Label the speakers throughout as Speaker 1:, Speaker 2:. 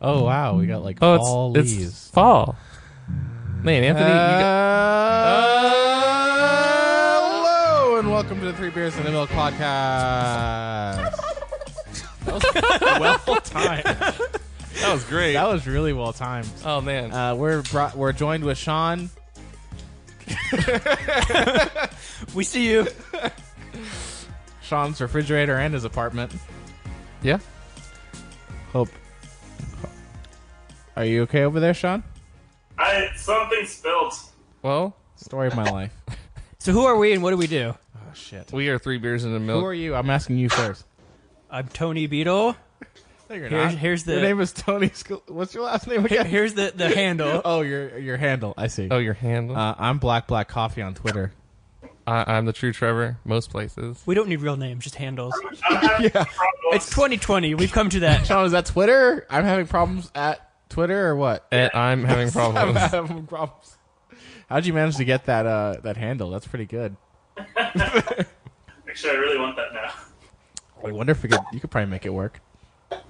Speaker 1: Oh wow, we got like
Speaker 2: Oh, it's
Speaker 1: all
Speaker 2: it's
Speaker 1: leaves.
Speaker 2: fall. Man, Anthony, you got,
Speaker 1: Hello and welcome to the Three Beers and a Milk podcast.
Speaker 3: well timed.
Speaker 2: that was great.
Speaker 1: That was really well timed.
Speaker 2: oh man,
Speaker 1: Uh, we're brought, we're joined with Sean.
Speaker 3: We see you.
Speaker 1: Sean's refrigerator and his apartment.
Speaker 2: yeah.
Speaker 1: Hope. Are you okay over there, Sean?
Speaker 4: I something spilled.
Speaker 2: Well,
Speaker 1: Story of my life. Oh
Speaker 3: So who are we and what do we do?
Speaker 1: shit.
Speaker 2: we are three beers in a milk.
Speaker 1: Who are you? I'm asking you first.
Speaker 3: I'm Tony Beetle.
Speaker 1: No, you're
Speaker 3: Here's- here's the-
Speaker 1: Your name is Tony. Sc- What's your last name
Speaker 3: Here-
Speaker 1: again?
Speaker 3: Here's the, the handle.
Speaker 1: Oh, your your handle. I see.
Speaker 2: oh, your handle.
Speaker 1: Uh, I'm Black Black Coffee on Twitter.
Speaker 2: I, I'm the true Trevor. Most places.
Speaker 3: We don't need real names, just handles.
Speaker 4: I'm having problems.
Speaker 3: It's 2020. We've come to that.
Speaker 1: Sean, is that Twitter? I'm having problems at Twitter or what?
Speaker 2: And I'm having
Speaker 1: I'm
Speaker 2: problems.
Speaker 1: having problems. How'd you manage to get that uh, that handle? That's pretty good.
Speaker 4: Actually, I really want that now.
Speaker 1: I wonder if we could, you could probably make it work.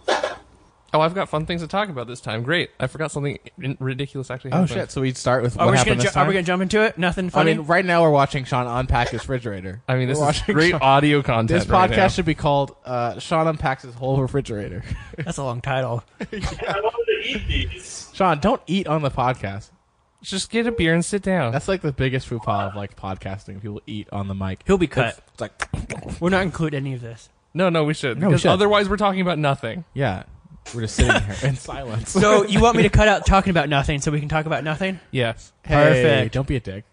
Speaker 2: oh, I've got fun things to talk about this time. Great. I forgot something in- ridiculous actually
Speaker 1: Oh
Speaker 2: happened.
Speaker 1: shit! So we'd start with
Speaker 3: Are
Speaker 1: what
Speaker 3: we, just
Speaker 1: happened
Speaker 3: gonna
Speaker 1: this
Speaker 3: ju- are
Speaker 1: time.
Speaker 3: we going to jump into it? Nothing
Speaker 1: I
Speaker 3: funny?
Speaker 1: mean, right now we're watching Sean unpack his refrigerator.
Speaker 2: I mean, this
Speaker 1: We're
Speaker 2: is
Speaker 1: watching
Speaker 2: great
Speaker 1: Sean-
Speaker 2: audio content.
Speaker 1: this
Speaker 2: right
Speaker 1: podcast
Speaker 2: now.
Speaker 1: should be called uh, "Sean Unpacks His Whole Refrigerator."
Speaker 3: That's a long title.
Speaker 4: I wanted to eat these.
Speaker 1: Sean, don't eat on the podcast.
Speaker 2: just get a beer and sit down.
Speaker 1: That's like the biggest faux pas of like podcasting. People eat on the mic.
Speaker 3: He'll be cut.
Speaker 1: It's like,
Speaker 3: We're not include any of this.
Speaker 2: no, no, we should.
Speaker 1: No, we
Speaker 2: because
Speaker 1: should.
Speaker 2: otherwise, we're talking about nothing.
Speaker 1: yeah, we're just sitting here in silence.
Speaker 3: So you want me to cut out talking about nothing so we can talk about nothing?
Speaker 2: Yes.
Speaker 1: Hey,
Speaker 3: Perfect.
Speaker 1: Don't be a dick.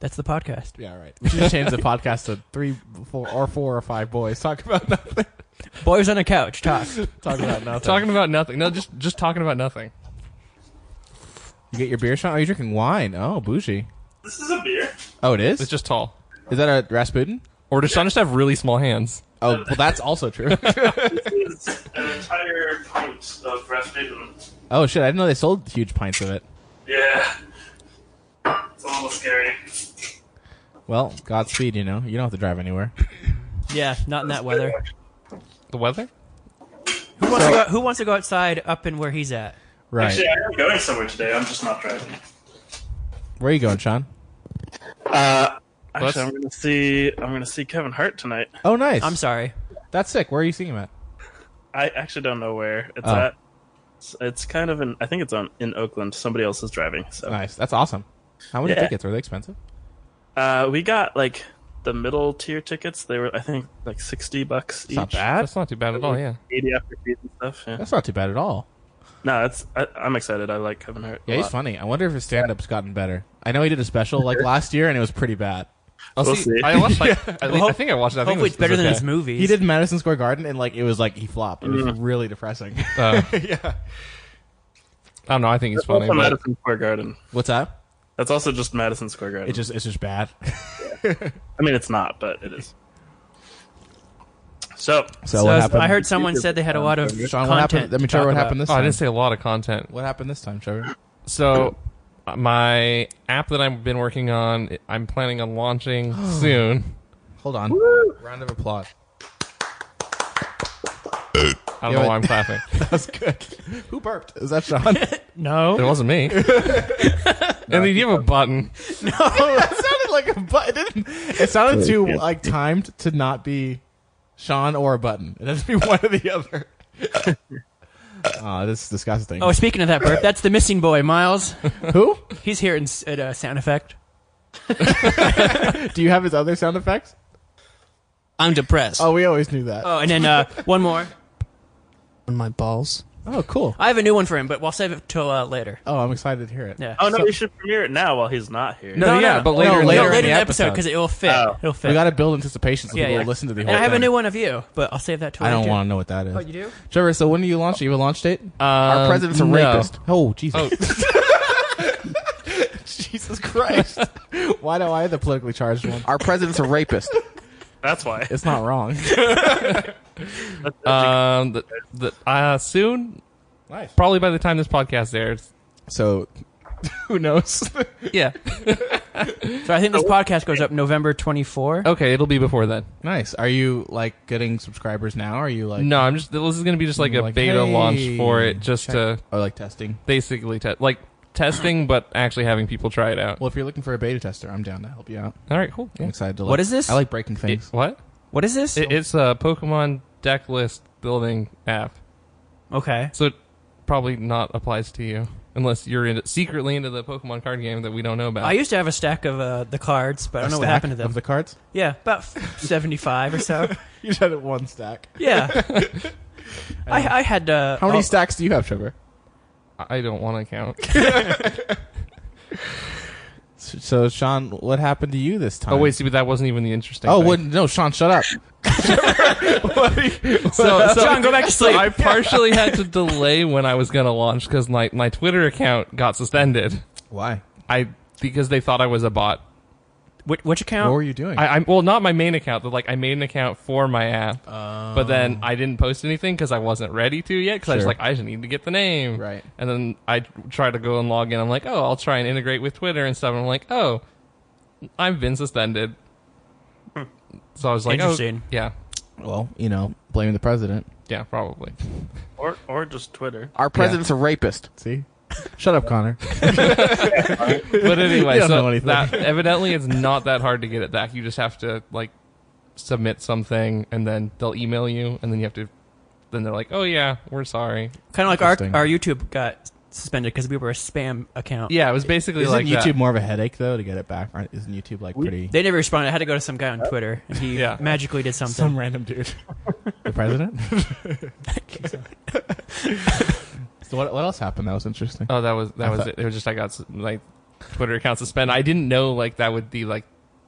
Speaker 3: That's the podcast.
Speaker 1: Yeah, right. We should change the podcast to three, four, or four or five boys talk about nothing.
Speaker 3: Boys on a couch, talk.
Speaker 1: Talk about nothing.
Speaker 2: Talking about nothing. No, just just talking about nothing.
Speaker 1: you get your beer, Sean? Are you drinking wine? Oh, bougie.
Speaker 4: This is a beer.
Speaker 1: Oh, it is.
Speaker 2: It's just tall.
Speaker 1: is that a Rasputin?
Speaker 2: Or does Sean just have really small hands?
Speaker 1: Oh, well, that's also true.
Speaker 4: This is an entire pint of Rasputin.
Speaker 1: oh shit! I didn't know they sold huge pints of it.
Speaker 4: Yeah. It's a little scary.
Speaker 1: Well, Godspeed. You know, you don't have to drive anywhere.
Speaker 3: Yeah, not in that weather.
Speaker 2: The weather?
Speaker 3: Who wants, to go, who wants to go outside up in where he's at?
Speaker 1: Right.
Speaker 4: Actually, I am going somewhere today. I'm just not driving.
Speaker 1: Where are you going, Sean?
Speaker 2: Let's-
Speaker 4: Actually, I'm gonna see. I'm gonna see Kevin Hart tonight.
Speaker 1: Oh, nice.
Speaker 3: I'm sorry.
Speaker 1: That's sick. Where are you seeing him at?
Speaker 4: I actually don't know where it's
Speaker 1: Oh.
Speaker 4: at. It's, it's kind of in. I think it's on in Oakland. Somebody else is driving. So
Speaker 1: Nice. That's awesome. How many
Speaker 4: Yeah.
Speaker 1: tickets? Were they expensive?
Speaker 4: uh, we got like the middle tier tickets. They were I think like sixty bucks each.
Speaker 1: That's not bad.
Speaker 2: That's not too bad at all, yeah.
Speaker 4: Eighty after fees and stuff. Yeah.
Speaker 1: That's not too bad at all.
Speaker 4: No, it's I, I'm excited. I like Kevin Hart. a
Speaker 1: Yeah, he's
Speaker 4: lot.
Speaker 1: funny. I wonder if his stand-up's gotten better. I know he did a special like last year, and it was pretty bad.
Speaker 2: I'll
Speaker 4: We'll see.
Speaker 2: I watched like I, think-
Speaker 3: hope-
Speaker 2: I think I watched that. I think
Speaker 3: Hopefully
Speaker 2: it
Speaker 3: it's better
Speaker 2: was-
Speaker 3: than
Speaker 2: it
Speaker 3: his movies.
Speaker 1: He did Madison Square Garden, and like it was like he flopped. It was
Speaker 3: Mm.
Speaker 1: really depressing.
Speaker 2: was okay. Uh,
Speaker 1: yeah.
Speaker 2: I don't know. I think he's
Speaker 4: It's also
Speaker 2: funny. But
Speaker 4: Madison Square Garden.
Speaker 1: What's up?
Speaker 4: That's also just Madison Square Garden.
Speaker 1: It just it's just bad.
Speaker 4: I mean, it's not, but it is. So,
Speaker 1: So,
Speaker 3: So
Speaker 1: what
Speaker 3: I-
Speaker 1: happened?
Speaker 3: I heard someone said they had a lot of
Speaker 1: Sean. What
Speaker 3: content.
Speaker 1: happened? Let me
Speaker 3: to
Speaker 1: tell you
Speaker 3: talk
Speaker 1: what
Speaker 3: about.
Speaker 1: happened this
Speaker 2: oh,
Speaker 1: time.
Speaker 2: I didn't say a lot of content.
Speaker 1: What happened this time, Trevor?
Speaker 2: So my app that I've been working on, I'm planning on launching soon.
Speaker 1: Hold on. Round of applause.
Speaker 2: I don't know why I'm clapping.
Speaker 1: That's good. Who burped? Is that Sean? that
Speaker 2: It
Speaker 3: No.
Speaker 2: wasn't me. and they do have a button.
Speaker 1: sounded like a button. It, didn't- it sounded too like timed to not be Sean or a button. It has to be one or the other. Aw, this is disgusting.
Speaker 3: Oh, speaking of that burp, that's the missing boy, Miles.
Speaker 1: Who?
Speaker 3: He's here in, s- at uh, sound effect.
Speaker 1: Do you have his other sound effects?
Speaker 5: I'm depressed.
Speaker 1: Oh, we always knew that.
Speaker 3: Oh, and then uh, one more.
Speaker 5: on my balls.
Speaker 1: oh, cool.
Speaker 3: I have a new one for him, but we'll save it till uh, later.
Speaker 1: Oh, I'm excited to hear it.
Speaker 3: Yeah.
Speaker 4: oh no, we should premiere it now while he's not here.
Speaker 2: No, yeah, but later,
Speaker 1: No,
Speaker 2: in
Speaker 3: later,
Speaker 2: the-
Speaker 3: later in the episode
Speaker 1: episode.
Speaker 3: because it will fit.
Speaker 4: Oh.
Speaker 3: It'll fit.
Speaker 1: We got to build anticipation so
Speaker 3: yeah,
Speaker 1: people
Speaker 3: yeah.
Speaker 1: will listen to the
Speaker 3: and
Speaker 1: whole
Speaker 3: I have a
Speaker 1: thing.
Speaker 3: new one of you, but I'll save that till
Speaker 1: I don't
Speaker 3: later.
Speaker 1: want to know what that is.
Speaker 3: Oh, you do?
Speaker 1: Trevor, so when do you launch? it? You have a launch date? Our president's a
Speaker 2: Um, no.
Speaker 1: rapist. Um, Oh, Jesus.
Speaker 5: Jesus Christ.
Speaker 1: Why do I have the politically charged one?
Speaker 5: Our president's a rapist.
Speaker 4: That's why.
Speaker 1: It's not wrong.
Speaker 2: um, the, the, uh, soon,
Speaker 1: nice.
Speaker 2: probably by the time this podcast airs.
Speaker 1: So, who knows?
Speaker 2: Yeah.
Speaker 3: So I think this podcast goes up November 24.
Speaker 1: Oh.
Speaker 2: Okay, it'll be before then.
Speaker 1: Nice. Are you like getting subscribers now? Or are you like
Speaker 2: No, I'm just. This is going to be just like a
Speaker 1: Like,
Speaker 2: beta
Speaker 1: hey,
Speaker 2: launch for it, just
Speaker 1: check-
Speaker 2: to
Speaker 1: or like testing?
Speaker 2: basically test, like testing, but actually having people try it out.
Speaker 1: Well, if you're looking for a beta tester, I'm down to help you out.
Speaker 2: All right, cool.
Speaker 1: I'm
Speaker 2: Yeah.
Speaker 1: excited to. Like,
Speaker 3: What is this?
Speaker 1: I like breaking
Speaker 2: It-
Speaker 1: things.
Speaker 2: what?
Speaker 3: What is this?
Speaker 2: It, it's a Pokemon deck list building app,
Speaker 3: okay.
Speaker 2: so it probably not applies to you unless you're into, secretly into the Pokemon card game that we don't know about.
Speaker 3: I used to have a stack of uh, the cards, but I don't know what
Speaker 1: Uh. Stack
Speaker 3: happened to them.
Speaker 1: Of the cards,
Speaker 3: yeah, about f- 75 or so.
Speaker 1: you just had it one stack.
Speaker 3: Yeah. I, I had. Uh,
Speaker 1: How many
Speaker 3: oh,
Speaker 1: stacks do you have, Trevor?
Speaker 2: I don't want to count.
Speaker 1: So, Sean, what happened to you this time?
Speaker 2: oh wait, see, but that wasn't even the interesting.
Speaker 1: Oh,
Speaker 2: thing.
Speaker 1: wouldn't no, Sean, shut up.
Speaker 2: So, so
Speaker 3: John, go back to
Speaker 2: So
Speaker 3: sleep.
Speaker 2: I partially had to delay when I was gonna launch because my, my Twitter account got suspended.
Speaker 1: Why?
Speaker 2: I because they thought I was a bot.
Speaker 3: Which,
Speaker 1: What
Speaker 3: which
Speaker 1: were
Speaker 3: account?
Speaker 1: you doing?
Speaker 2: I, I'm well, not my main account, but like I made an account for my app, but then I didn't post anything because I wasn't ready to yet. Because I
Speaker 1: Oh.
Speaker 2: was
Speaker 1: Sure.
Speaker 2: like, I just need to get the name,
Speaker 1: Right.
Speaker 2: And then I try to go and log in. I'm like, oh, I'll try and integrate with Twitter and stuff. And I'm like, oh, I've been suspended.
Speaker 1: Hmm.
Speaker 2: So I was like, oh,
Speaker 3: Interesting.
Speaker 2: yeah,
Speaker 1: well, you know, blaming the president.
Speaker 2: yeah, probably.
Speaker 4: or or just Twitter.
Speaker 5: Our president's a rapist.
Speaker 1: See, shut up, Connor.
Speaker 2: But anyway,
Speaker 1: You don't
Speaker 2: so
Speaker 1: know anything.
Speaker 2: that evidently it's not that hard to get it back. You just have to like submit something, and then they'll email you, and then you have to. Then they're like, "Oh yeah, we're sorry."
Speaker 3: Kind of like our,
Speaker 1: Interesting.
Speaker 3: our YouTube got suspended because we were a spam account.
Speaker 2: Yeah, it was basically
Speaker 1: Isn't
Speaker 2: like
Speaker 1: YouTube
Speaker 2: that.
Speaker 1: more of a headache though to get it back? Aren't- Isn't YouTube like pretty?
Speaker 3: They never responded. I had to go to some guy on Twitter, and he
Speaker 2: Yeah.
Speaker 3: magically did something.
Speaker 1: random dude, the president. so what? What else happened? That was interesting.
Speaker 2: Oh, that was that
Speaker 1: I
Speaker 2: was
Speaker 1: thought-
Speaker 2: it. It was just I got s- like Twitter account suspended. I didn't know like that would be like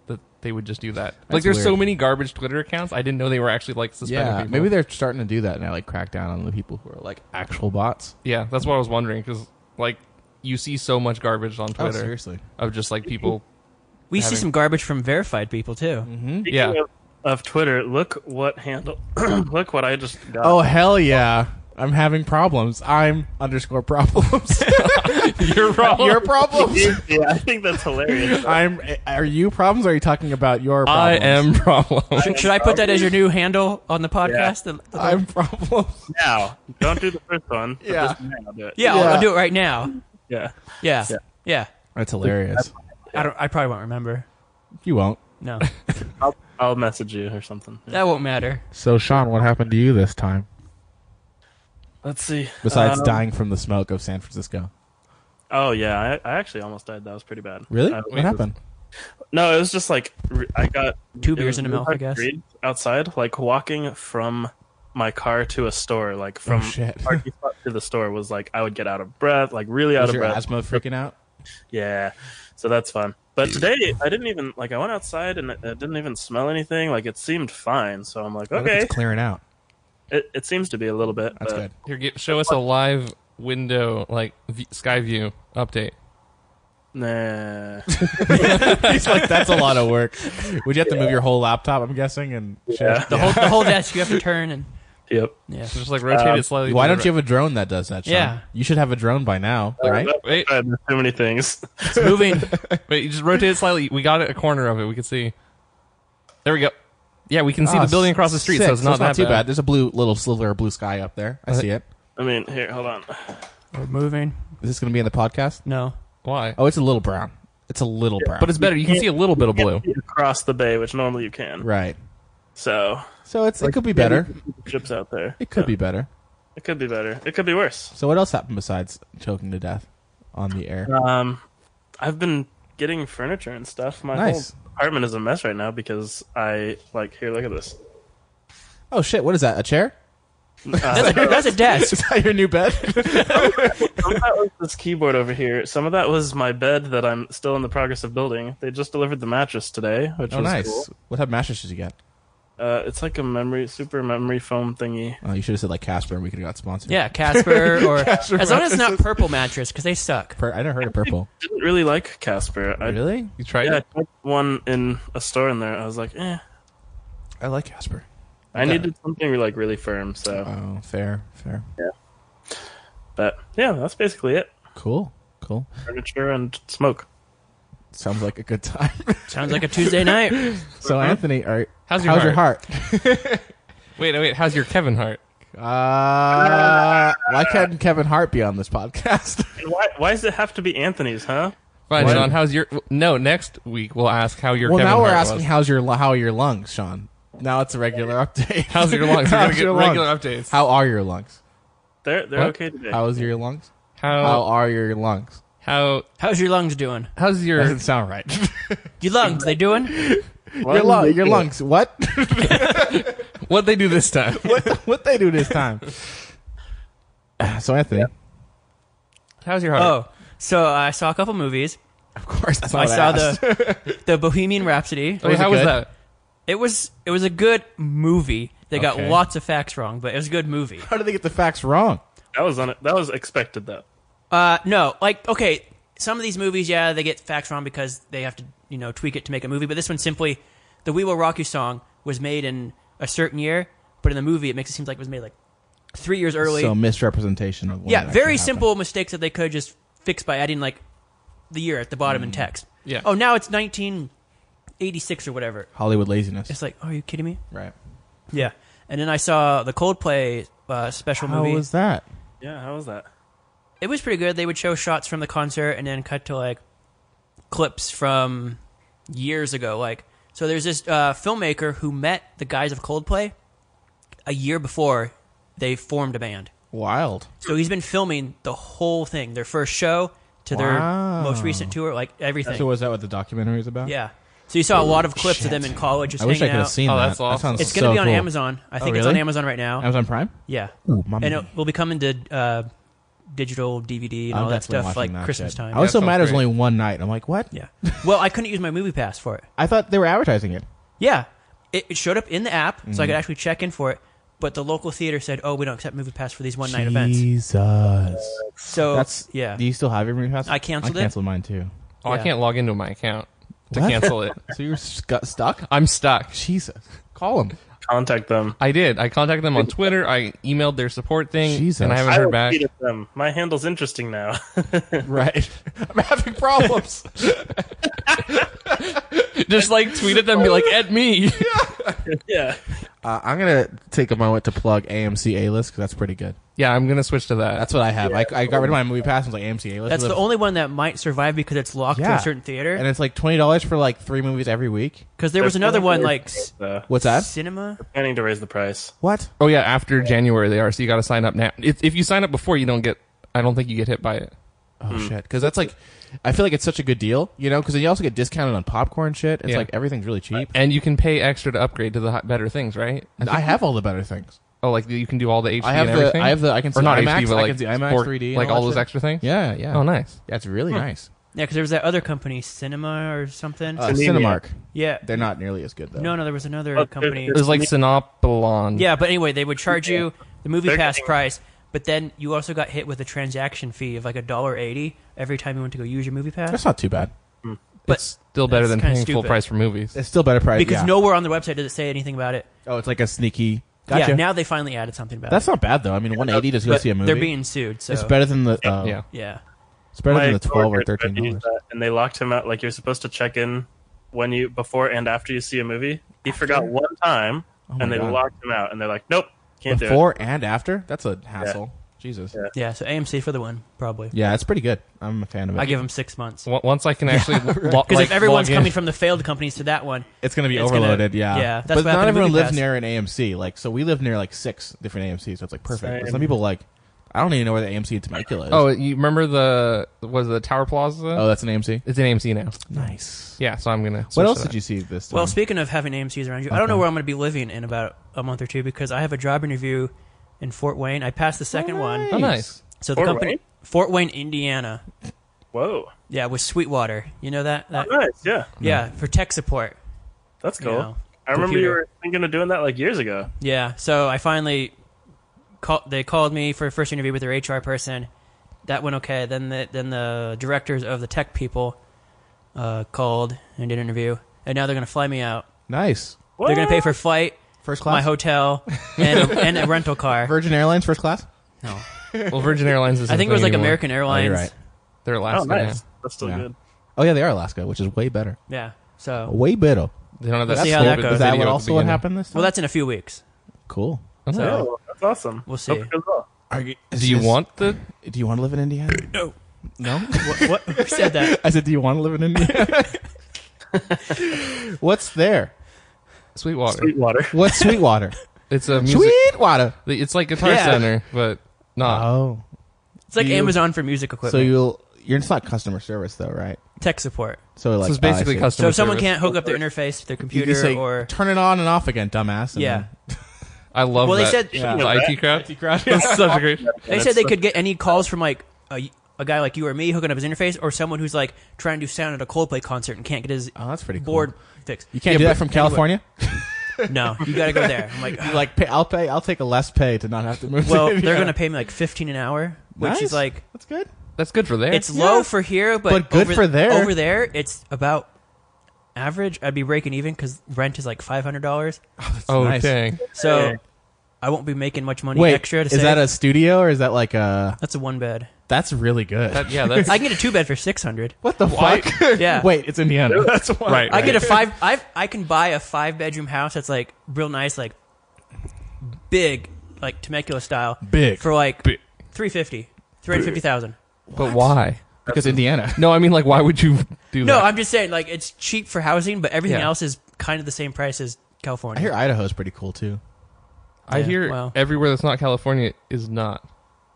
Speaker 2: that they would just do that. like
Speaker 1: That's
Speaker 2: there's so
Speaker 1: weird.
Speaker 2: many garbage Twitter accounts. I didn't know they were actually like suspending
Speaker 1: yeah,
Speaker 2: people.
Speaker 1: maybe they're starting to do that now, like crack down on the people who are like actual bots.
Speaker 2: yeah, that's what I was wondering because like you see so much garbage on Twitter
Speaker 1: Oh, seriously.
Speaker 2: of just like people.
Speaker 3: we see
Speaker 2: having-
Speaker 3: some garbage from verified people too.
Speaker 4: Speaking
Speaker 2: Yeah.
Speaker 4: of, of Twitter, look what handle. look what I just got.
Speaker 1: Oh hell yeah! I'm having problems. I'm underscore problems.
Speaker 2: You're wrong.
Speaker 1: your problems.
Speaker 4: yeah, I think that's hilarious.
Speaker 1: I'm. Are you problems? Or are you talking about your?
Speaker 2: I
Speaker 1: Problems?
Speaker 2: am problem.
Speaker 3: Should, should I put that as your new handle on the podcast? The- the-
Speaker 1: I'm problems.
Speaker 4: now. Don't do the first one. but
Speaker 1: Yeah.
Speaker 4: Just now do it.
Speaker 3: yeah, I'll,
Speaker 1: Yeah.
Speaker 3: I'll do it right now.
Speaker 4: Yeah.
Speaker 3: Yeah, yeah.
Speaker 1: That's hilarious.
Speaker 3: I don't. I probably won't remember.
Speaker 1: You won't.
Speaker 3: No,
Speaker 4: I'll, I'll message you or something. Yeah.
Speaker 3: that won't matter.
Speaker 1: So Sean, what happened to you this time?
Speaker 4: Let's see.
Speaker 1: Besides
Speaker 4: Um,
Speaker 1: dying from the smoke of San Francisco.
Speaker 4: Oh yeah, I, I actually almost died. That was pretty bad.
Speaker 1: Really?
Speaker 4: I-
Speaker 1: what happened?
Speaker 4: No, it was just like re- I got
Speaker 3: Two
Speaker 4: it
Speaker 3: beers
Speaker 4: was
Speaker 3: in a
Speaker 4: really
Speaker 3: mouth, I
Speaker 4: hard to
Speaker 3: guess.
Speaker 4: breathe Outside, like walking from my car to a store, like from
Speaker 1: Oh, shit.
Speaker 4: parking spot to the store, was like I would get out of breath, like really out
Speaker 1: Was
Speaker 4: of
Speaker 1: your
Speaker 4: breath.
Speaker 1: asthma freaking out?
Speaker 4: Yeah, so that's fun. But today I didn't even like I went outside and it, it didn't even smell anything. Like it seemed fine, so I'm like,
Speaker 1: What if
Speaker 4: okay, Uh,
Speaker 1: It's clearing out.
Speaker 4: it, it seems to be a little bit.
Speaker 1: Oh, That's
Speaker 4: but-
Speaker 1: good.
Speaker 2: Here, get, show us a live window, like v- sky view update.
Speaker 4: Nah.
Speaker 1: He's like, that's a lot of work. Would you have to move your whole laptop, I'm guessing? And shit?
Speaker 4: Yeah.
Speaker 3: The whole the whole desk you have to turn and
Speaker 4: yep.
Speaker 3: yeah.
Speaker 2: So just like rotate
Speaker 4: Um,
Speaker 2: it slightly.
Speaker 1: Uh, Why
Speaker 2: to the
Speaker 1: don't you have a drone that does that, Sean?
Speaker 3: Yeah.
Speaker 1: You should have a drone by now, right?
Speaker 2: Wait.
Speaker 4: Uh, there's too many things.
Speaker 3: It's moving.
Speaker 2: right. Wait, you just rotate it slightly. We got a corner of it. We can see. There we go. Yeah, we can see
Speaker 1: Ah,
Speaker 2: the building across the street,
Speaker 1: sick.
Speaker 2: so it's not that
Speaker 1: too bad. There's a blue little sliver of blue sky up there. I
Speaker 2: Uh,
Speaker 1: see it.
Speaker 4: I mean, here, hold on.
Speaker 3: We're moving.
Speaker 1: Is this going to be in the podcast?
Speaker 3: No.
Speaker 2: Why?
Speaker 1: Oh, it's a little brown. It's a little brown.
Speaker 2: But it's better. You can see a little bit of blue.
Speaker 4: Across the bay, which normally you can.
Speaker 1: right.
Speaker 4: So
Speaker 1: So it's it could be better.
Speaker 4: ships out there.
Speaker 1: It could be better.
Speaker 4: It could be better. It could be worse.
Speaker 1: So what else happened besides choking to death on the air?
Speaker 4: Um, I've been getting furniture and stuff. My
Speaker 1: Nice.
Speaker 4: whole apartment is a mess right now because I like here. Look at this.
Speaker 1: Oh shit! What is that? A chair?
Speaker 3: That's a, that's a desk.
Speaker 1: Is that your new bed?
Speaker 4: Uh, Some of that was this keyboard over here. Some of that was my bed that I'm still in the progress of building. They just delivered the mattress today, which
Speaker 1: oh,
Speaker 4: was
Speaker 1: nice.
Speaker 4: cool.
Speaker 1: What type of mattress did you get?
Speaker 4: Uh, it's like a memory, super memory foam thingy.
Speaker 1: Oh, you should have said like Casper. and We could have got sponsored.
Speaker 3: Yeah, Casper or
Speaker 1: Casper
Speaker 3: as long as it's not
Speaker 1: mattresses.
Speaker 3: purple mattress because they suck.
Speaker 1: Pur- I never heard of purple.
Speaker 4: Didn't really like Casper. I,
Speaker 1: Really?
Speaker 2: You tried
Speaker 4: yeah, I
Speaker 2: it?
Speaker 4: tried one in a store in there. I was like, eh.
Speaker 1: I like Casper.
Speaker 4: I needed something like really firm. So,
Speaker 1: Oh, fair, fair.
Speaker 4: but yeah, that's basically it.
Speaker 1: Cool, cool.
Speaker 4: Furniture and smoke.
Speaker 1: Sounds like a good time.
Speaker 3: Sounds like a Tuesday night.
Speaker 1: so, Anthony, are,
Speaker 2: How's your
Speaker 1: heart?
Speaker 2: Wait, wait. How's your Kevin Hart?
Speaker 1: Uh, why couldn't Kevin Hart be on this podcast?
Speaker 4: And why, why does it have to be Anthony's, huh?
Speaker 2: Fine,
Speaker 1: What?
Speaker 2: Sean. How's your? No, next week we'll ask how your.
Speaker 1: well,
Speaker 2: Kevin
Speaker 1: now we're
Speaker 2: Hart
Speaker 1: asking
Speaker 2: was.
Speaker 1: how's your how are your lungs, Sean? Now it's a regular update.
Speaker 2: How's your lungs? We're gonna get regular updates.
Speaker 1: How are your lungs?
Speaker 4: They're, they're
Speaker 2: What?
Speaker 4: okay today.
Speaker 1: How is your lungs? How
Speaker 3: Uh,
Speaker 2: how
Speaker 1: are your lungs?
Speaker 2: how
Speaker 3: How's your lungs doing?
Speaker 2: how's your
Speaker 1: Doesn't sound right.
Speaker 3: Your lungs, they doing?
Speaker 1: your lung, your lungs. What?
Speaker 2: what they do this time?
Speaker 1: what they do this time? So Anthony,
Speaker 2: How's your heart?
Speaker 3: Oh, so I saw a couple movies.
Speaker 1: of course, that's
Speaker 3: I
Speaker 1: what
Speaker 3: saw
Speaker 1: asked.
Speaker 3: the the Bohemian Rhapsody.
Speaker 2: Wait,
Speaker 1: was it
Speaker 2: Oh, how was
Speaker 1: good?
Speaker 2: that?
Speaker 3: It was it was a good movie. They got
Speaker 2: Okay.
Speaker 3: lots of facts wrong, but it was a good movie.
Speaker 1: How did they get the facts wrong?
Speaker 4: That was on That was expected, though.
Speaker 3: Uh, no, like okay, some of these movies, yeah, they get facts wrong because they have to you know tweak it to make a movie. But this one simply, the "We Will Rock You" song was made in a certain year, but in the movie, it makes it seem like it was made like three years early.
Speaker 1: So misrepresentation. Of when it
Speaker 3: yeah,
Speaker 1: actually
Speaker 3: very
Speaker 1: happened.
Speaker 3: simple mistakes that they could just fix by adding like the year at the bottom
Speaker 1: Mm.
Speaker 3: in text.
Speaker 2: yeah.
Speaker 3: Oh, now it's 1986 or whatever.
Speaker 1: Hollywood laziness.
Speaker 3: It's like, oh, are you kidding me?
Speaker 1: right.
Speaker 3: Yeah. And then I saw the Coldplay uh, special
Speaker 1: How
Speaker 3: movie.
Speaker 1: was that?
Speaker 4: Yeah, how was that?
Speaker 3: it was pretty good. They would show shots from the concert and then cut to like clips from years ago. Like, so there's this uh, filmmaker who met the guys of Coldplay a year before they formed a band.
Speaker 1: Wild.
Speaker 3: So he's been filming the whole thing, their first show to their
Speaker 1: Wow.
Speaker 3: most recent tour, like everything.
Speaker 1: So was that what the documentary was about?
Speaker 3: yeah. So you saw a lot of clips of them in college just
Speaker 1: I wish I
Speaker 3: hanging
Speaker 1: could have
Speaker 3: out.
Speaker 1: seen
Speaker 2: Oh,
Speaker 1: that.
Speaker 2: that's
Speaker 1: That
Speaker 2: awesome.
Speaker 1: sounds
Speaker 3: It's going to
Speaker 1: so
Speaker 3: be on
Speaker 1: cool. Oh,
Speaker 3: Amazon. I think it's
Speaker 1: really?
Speaker 3: on Amazon right now.
Speaker 1: Amazon Prime.
Speaker 3: Yeah.
Speaker 1: Ooh, my
Speaker 3: And
Speaker 1: man.
Speaker 3: it will be coming to uh, digital DVD and
Speaker 1: I'm
Speaker 3: all
Speaker 1: definitely
Speaker 3: that stuff
Speaker 1: watching
Speaker 3: like
Speaker 1: that
Speaker 3: Christmas
Speaker 1: shit.
Speaker 3: time.
Speaker 1: I was
Speaker 2: Yeah,
Speaker 1: so
Speaker 2: sounds
Speaker 1: mad it was
Speaker 2: great.
Speaker 1: only one night. I'm like, what?
Speaker 3: Yeah. Well, I couldn't use my movie pass for it.
Speaker 1: I thought they were advertising it.
Speaker 3: Yeah. It, it showed up in the app, so I
Speaker 1: Mm-hmm.
Speaker 3: could actually check in for it. But the local theater said, "Oh, we don't accept movie pass for these one night events."
Speaker 1: Jesus.
Speaker 3: So
Speaker 1: That's
Speaker 3: yeah.
Speaker 1: Do you still have your movie pass?
Speaker 3: I canceled
Speaker 1: I
Speaker 3: it.
Speaker 1: canceled mine too.
Speaker 2: Oh, I
Speaker 3: Yeah.
Speaker 2: can't log into my account to
Speaker 1: What?
Speaker 2: cancel it.
Speaker 1: So you were sc- stuck?
Speaker 2: I'm stuck.
Speaker 1: Jesus. Call him.
Speaker 4: Contact them.
Speaker 2: I did. I contacted them on Twitter. I emailed their support thing,
Speaker 1: Jesus.
Speaker 2: and I haven't
Speaker 4: I
Speaker 2: heard
Speaker 4: will
Speaker 2: back.
Speaker 4: tweet at them. My handle's interesting now.
Speaker 1: Right. I'm having problems.
Speaker 2: Just like tweet at them, and be like, "At me."
Speaker 4: yeah.
Speaker 1: uh, I'm going to take a moment to plug AMC A List because that's pretty good.
Speaker 2: yeah, I'm gonna switch to that.
Speaker 1: That's what I have. I, I got rid of my movie pass and was like AMC A List.
Speaker 3: that's the only one that might survive because it's locked
Speaker 1: Yeah.
Speaker 3: to a certain
Speaker 1: And
Speaker 3: theater.
Speaker 1: it's like $20 for like three movies every week.
Speaker 3: Because there was another one like s-
Speaker 4: Uh,
Speaker 1: What's that?
Speaker 3: cinema.
Speaker 4: planning to raise the price.
Speaker 1: What?
Speaker 2: oh yeah, after January they are. So you got to sign up now. If, if you sign up before, you don't get. I don't think you get hit by it.
Speaker 1: Oh
Speaker 3: Hmm.
Speaker 1: shit! Because that's like, I feel like it's such a good deal, you know. Because you also get discounted on popcorn shit. It's
Speaker 2: Yeah.
Speaker 1: like everything's really cheap.
Speaker 2: And you can pay extra to upgrade to the hi- better things, right?
Speaker 1: And I have all the better things.
Speaker 2: Oh, like you can do all the HD
Speaker 1: I have
Speaker 2: and
Speaker 1: the-
Speaker 2: everything.
Speaker 1: I have the- I can
Speaker 2: or
Speaker 1: see
Speaker 2: not
Speaker 1: IMAX,
Speaker 2: HD, but
Speaker 1: I
Speaker 2: like
Speaker 1: can see IMAX,
Speaker 2: sport-
Speaker 1: 3D and
Speaker 2: like
Speaker 1: all
Speaker 2: all
Speaker 1: that
Speaker 2: those
Speaker 1: shit.
Speaker 2: extra things.
Speaker 1: Yeah, yeah.
Speaker 2: Oh, nice.
Speaker 1: That's really
Speaker 3: Hmm.
Speaker 1: nice.
Speaker 3: Yeah, because there was that other company, Cinema or something.
Speaker 1: Uh,
Speaker 4: Cinemia.
Speaker 1: Cinemark.
Speaker 3: yeah.
Speaker 1: They're not nearly as good though.
Speaker 3: No, no, there was another
Speaker 4: Oh,
Speaker 3: company.
Speaker 2: It was like Synoptolon.
Speaker 3: Yeah, but anyway, they would charge you the movie
Speaker 4: They're
Speaker 3: pass
Speaker 4: getting-
Speaker 3: price, but then you also got hit with a transaction fee of like a dollar eighty every time you went to go use your movie pass.
Speaker 1: that's not too bad.
Speaker 3: But
Speaker 2: it's still better
Speaker 3: that's
Speaker 2: than
Speaker 3: kinda
Speaker 2: paying full
Speaker 3: stupid.
Speaker 2: price for movies.
Speaker 1: It's still better price
Speaker 3: because
Speaker 1: yeah.
Speaker 3: nowhere on their website does it say anything about it.
Speaker 1: Oh, it's like a sneaky. Gotcha.
Speaker 3: Yeah, now they finally added something about
Speaker 1: that's
Speaker 3: it.
Speaker 1: not bad though. I mean, 180 to go see a movie.
Speaker 3: They're being sued, so
Speaker 1: it's better than the. Uh,
Speaker 2: Yeah.
Speaker 3: Yeah,
Speaker 1: It's better than
Speaker 4: My
Speaker 1: the 12 or
Speaker 4: coworker tried
Speaker 1: 13
Speaker 4: to use
Speaker 1: dollars.
Speaker 4: that, And they locked him out. Like you're supposed to check in when you before and after you see a movie. He forgot one time,
Speaker 1: Oh my
Speaker 4: and they
Speaker 1: God.
Speaker 4: locked him out. And they're like, "Nope, can't do
Speaker 1: Before and after. That's a hassle. Jesus. Yeah.
Speaker 3: yeah. So AMC for the win, probably.
Speaker 1: it's pretty good. I'm a fan of it.
Speaker 3: I give them six months
Speaker 2: Wa- Once I can actually lo- lo-
Speaker 3: because
Speaker 2: like,
Speaker 3: if everyone's
Speaker 2: log in-
Speaker 3: coming from the failed companies to that one,
Speaker 1: It's going to be
Speaker 3: It's gonna-
Speaker 1: overloaded, yeah.
Speaker 3: yeah, that's
Speaker 1: but
Speaker 3: what happened
Speaker 1: not
Speaker 3: to
Speaker 1: everyone
Speaker 3: Movie
Speaker 1: lives
Speaker 3: Pass.
Speaker 1: near an AMC. Like, so we live near like six different AMCs. So it's like perfect. But
Speaker 4: Same.
Speaker 1: some people like, I don't even know where the AMC in Temecula is.
Speaker 2: Oh, you remember the was it the Tower Plaza?
Speaker 1: oh, that's an AMC.
Speaker 2: It's an AMC now.
Speaker 1: Nice.
Speaker 2: Yeah, so I'm gonna.
Speaker 1: What else did you see this time?
Speaker 3: Well, speaking of having AMCs around you, I don't know where I'm going to be living in about a month or two because I have a job interview in Fort Wayne. I passed the second
Speaker 2: Oh,
Speaker 3: one,
Speaker 2: nice.
Speaker 3: so the
Speaker 4: Fort
Speaker 3: company
Speaker 4: Wayne?
Speaker 3: Fort Wayne, Indiana.
Speaker 4: Whoa,
Speaker 3: Yeah, with Sweetwater. You know that? that
Speaker 4: nice, yeah,
Speaker 3: yeah, for tech support.
Speaker 4: that's
Speaker 3: you
Speaker 4: cool."
Speaker 3: know,
Speaker 4: I remember you
Speaker 3: computer.
Speaker 4: were thinking of doing that like years ago.
Speaker 3: Yeah, so I finally call, they called me for a first interview with their HR person. That went okay. Then the then the directors of the tech people uh, called and did an interview, and now they're going to fly me out.
Speaker 1: nice.
Speaker 3: They're going to pay for flight,
Speaker 1: First class.
Speaker 3: my hotel, and a, and a rental car.
Speaker 1: Virgin Airlines first class.
Speaker 3: No,
Speaker 2: Well, Virgin Airlines is.
Speaker 3: I think it was like American
Speaker 1: Oh,
Speaker 3: Airlines.
Speaker 1: you're right.
Speaker 2: They're
Speaker 4: Oh,
Speaker 2: Alaska.
Speaker 4: nice. That's still
Speaker 1: Yeah.
Speaker 4: good.
Speaker 1: Oh yeah, they are Alaska, which is way better.
Speaker 3: Yeah. So
Speaker 1: Way better.
Speaker 2: They don't have that.
Speaker 3: Let's see how
Speaker 2: stupid
Speaker 3: that goes.
Speaker 1: Is that
Speaker 2: video
Speaker 1: what
Speaker 2: at the
Speaker 1: also what
Speaker 2: beginning.
Speaker 1: happened this time?
Speaker 3: well, that's in a few weeks.
Speaker 1: cool.
Speaker 3: So
Speaker 4: Oh, that's awesome.
Speaker 3: We'll see.
Speaker 4: Hope it goes well.
Speaker 2: Do you want the?
Speaker 1: Do you want to live in Indiana?
Speaker 3: No.
Speaker 1: No.
Speaker 3: what, who said that?
Speaker 1: I said, do you want to live in Indiana? What's there?
Speaker 2: Sweetwater.
Speaker 4: Sweetwater.
Speaker 1: What's Sweetwater?
Speaker 2: It's a music.
Speaker 1: Sweetwater.
Speaker 2: It's like Guitar
Speaker 3: Yeah.
Speaker 2: Center, but not.
Speaker 1: Oh,
Speaker 3: It's like
Speaker 1: You-
Speaker 3: Amazon for music equipment.
Speaker 1: so you'll you're it's not customer service though, right?
Speaker 3: tech support.
Speaker 1: So like
Speaker 2: so it's basically
Speaker 1: oh, I see.
Speaker 2: customer.
Speaker 3: So if someone
Speaker 2: service.
Speaker 3: can't hook up their interface to their
Speaker 1: You
Speaker 3: computer
Speaker 1: just say,
Speaker 3: or
Speaker 1: turn it on and off again, dumbass. and
Speaker 3: yeah,
Speaker 2: I love.
Speaker 3: well they
Speaker 2: that.
Speaker 3: said
Speaker 1: Yeah.
Speaker 2: the IT crowd.
Speaker 1: then- Crowd, yeah.
Speaker 2: That's such a great.
Speaker 3: they said they could get any calls from like a, a guy like you or me hooking up his interface or someone who's like trying to do sound at a Coldplay concert and can't get his
Speaker 1: Oh, that's pretty cool.
Speaker 3: board fixed.
Speaker 1: You can't do that from California.
Speaker 3: No, you got to go there. I'm like,
Speaker 1: You like, pay, I'll pay. I'll take a less pay to not have to move.
Speaker 3: well,
Speaker 1: to
Speaker 3: they're
Speaker 1: Indiana.
Speaker 3: gonna pay me like 15 an hour, which
Speaker 1: Nice.
Speaker 3: is like
Speaker 1: that's good.
Speaker 2: That's good for there.
Speaker 3: it's
Speaker 1: Yeah.
Speaker 3: low for here, but,
Speaker 1: But good
Speaker 3: over,
Speaker 1: for there.
Speaker 3: Over there, it's about average. I'd be breaking even because rent is like five hundred dollars,
Speaker 2: oh
Speaker 1: nice.
Speaker 2: dang.
Speaker 3: so
Speaker 4: Yeah.
Speaker 3: I won't be making much money
Speaker 1: Wait,
Speaker 3: extra. To
Speaker 1: is
Speaker 3: save.
Speaker 1: that a studio or is that like a?
Speaker 3: That's a one bed.
Speaker 1: That's really good.
Speaker 2: That, yeah, that's
Speaker 3: I can get a two bed for six hundred.
Speaker 1: what the
Speaker 2: Why-
Speaker 1: fuck?
Speaker 3: Yeah.
Speaker 1: Wait, it's Indiana. That's why.
Speaker 2: right.
Speaker 3: I get a
Speaker 2: right.
Speaker 3: five. I I can buy a five bedroom house that's like real nice, like big, like Temecula style,
Speaker 1: Big.
Speaker 3: for like
Speaker 2: Big.
Speaker 3: three fifty. Three hundred fifty thousand.
Speaker 2: But why?
Speaker 1: because Indiana.
Speaker 2: No, I mean like, why would you do
Speaker 3: No,
Speaker 2: that?
Speaker 3: I'm just saying, like it's cheap for housing, but everything
Speaker 2: Yeah.
Speaker 3: else is kind of the same price as
Speaker 1: I
Speaker 3: California.
Speaker 1: hear Idaho's pretty cool too.
Speaker 2: I
Speaker 3: Yeah,
Speaker 2: hear
Speaker 3: wow.
Speaker 2: everywhere that's not California is not.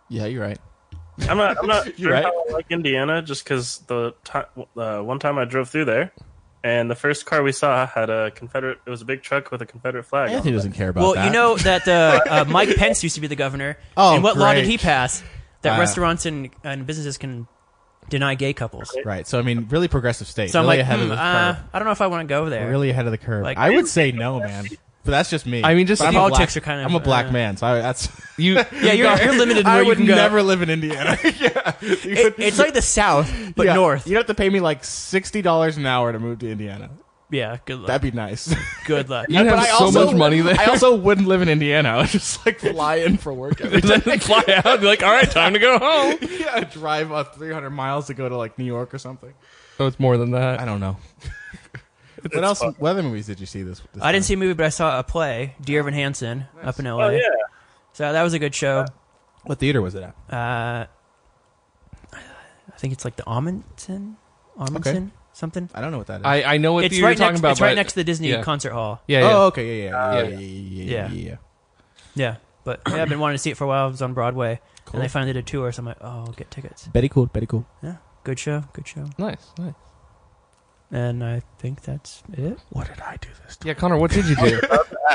Speaker 1: Yeah, you're right.
Speaker 4: I'm not. I'm not sure
Speaker 1: right.
Speaker 4: how I like Indiana, just because the ti- uh, one time I drove through there, and the first car we saw had a Confederate. It was a big truck with a Confederate flag. on
Speaker 1: Anthony
Speaker 4: it.
Speaker 1: doesn't care about
Speaker 3: well,
Speaker 1: that.
Speaker 3: you know that uh, uh, Mike Pence used to be the governor.
Speaker 1: Oh,
Speaker 3: and what law did
Speaker 1: great.
Speaker 3: he pass that
Speaker 1: Uh,
Speaker 3: restaurants and, and businesses can deny gay couples?
Speaker 1: Right. So I mean, really progressive state.
Speaker 3: So I'm
Speaker 1: really
Speaker 3: like,
Speaker 1: ahead
Speaker 3: hmm,
Speaker 1: of the
Speaker 3: uh,
Speaker 1: curve.
Speaker 3: I don't know if I want to go there.
Speaker 1: Really ahead of the curve.
Speaker 3: Like-
Speaker 1: I would say no, man. But that's just me.
Speaker 2: I mean, just
Speaker 1: But I'm a
Speaker 3: politics
Speaker 1: black-
Speaker 3: are kind of,
Speaker 1: I'm a black
Speaker 3: uh,
Speaker 1: man, so I, that's.
Speaker 2: You
Speaker 3: Yeah, you're, you're limited. in
Speaker 1: I
Speaker 3: where
Speaker 1: would
Speaker 3: you can
Speaker 1: never
Speaker 3: Go.
Speaker 1: live in Indiana. yeah,
Speaker 3: It- it's like the South, but North.
Speaker 1: You'd have to pay me like sixty dollars an hour to move to Indiana.
Speaker 3: Yeah, good luck.
Speaker 1: That'd be nice.
Speaker 3: good luck.
Speaker 2: you have
Speaker 1: I
Speaker 2: so
Speaker 1: also-
Speaker 2: much money there.
Speaker 1: I also wouldn't live in Indiana. I would just like fly in for work every
Speaker 2: and then fly out and be like, all right, time to go home.
Speaker 1: yeah, drive uh, 300 miles to go to like New York or something.
Speaker 2: Oh, it's more than that.
Speaker 1: I don't know. what else? What other movies did you see this? this
Speaker 3: I didn't
Speaker 1: time?
Speaker 3: see a movie, but I saw a play, Dear Evan Hansen, up in LA.
Speaker 4: Oh yeah,
Speaker 3: So that was a good show.
Speaker 1: What theater was it at?
Speaker 3: Uh, I think it's like the Amundsen, Amundsen, something.
Speaker 1: I don't know what that is.
Speaker 2: I, I know what
Speaker 3: It's
Speaker 2: theater
Speaker 3: right
Speaker 2: you're talking
Speaker 3: next.
Speaker 2: about.
Speaker 3: it's right
Speaker 2: but-
Speaker 3: next to the Disney
Speaker 2: yeah.
Speaker 3: concert hall.
Speaker 2: Yeah, yeah.
Speaker 1: Oh, okay, yeah, yeah, yeah, yeah,
Speaker 2: Yeah.
Speaker 1: yeah, yeah,
Speaker 3: Yeah.
Speaker 1: yeah.
Speaker 3: Yeah, but yeah, I've been wanting to see it for a while. It was on Broadway,
Speaker 1: Cool.
Speaker 3: and they finally did a tour, so I'm like, oh, I'll get tickets.
Speaker 1: Very cool, very cool.
Speaker 3: Yeah, good show, good show.
Speaker 2: Nice, nice.
Speaker 3: And I think that's it.
Speaker 1: What did I do this?
Speaker 2: Yeah, Connor, what did you do?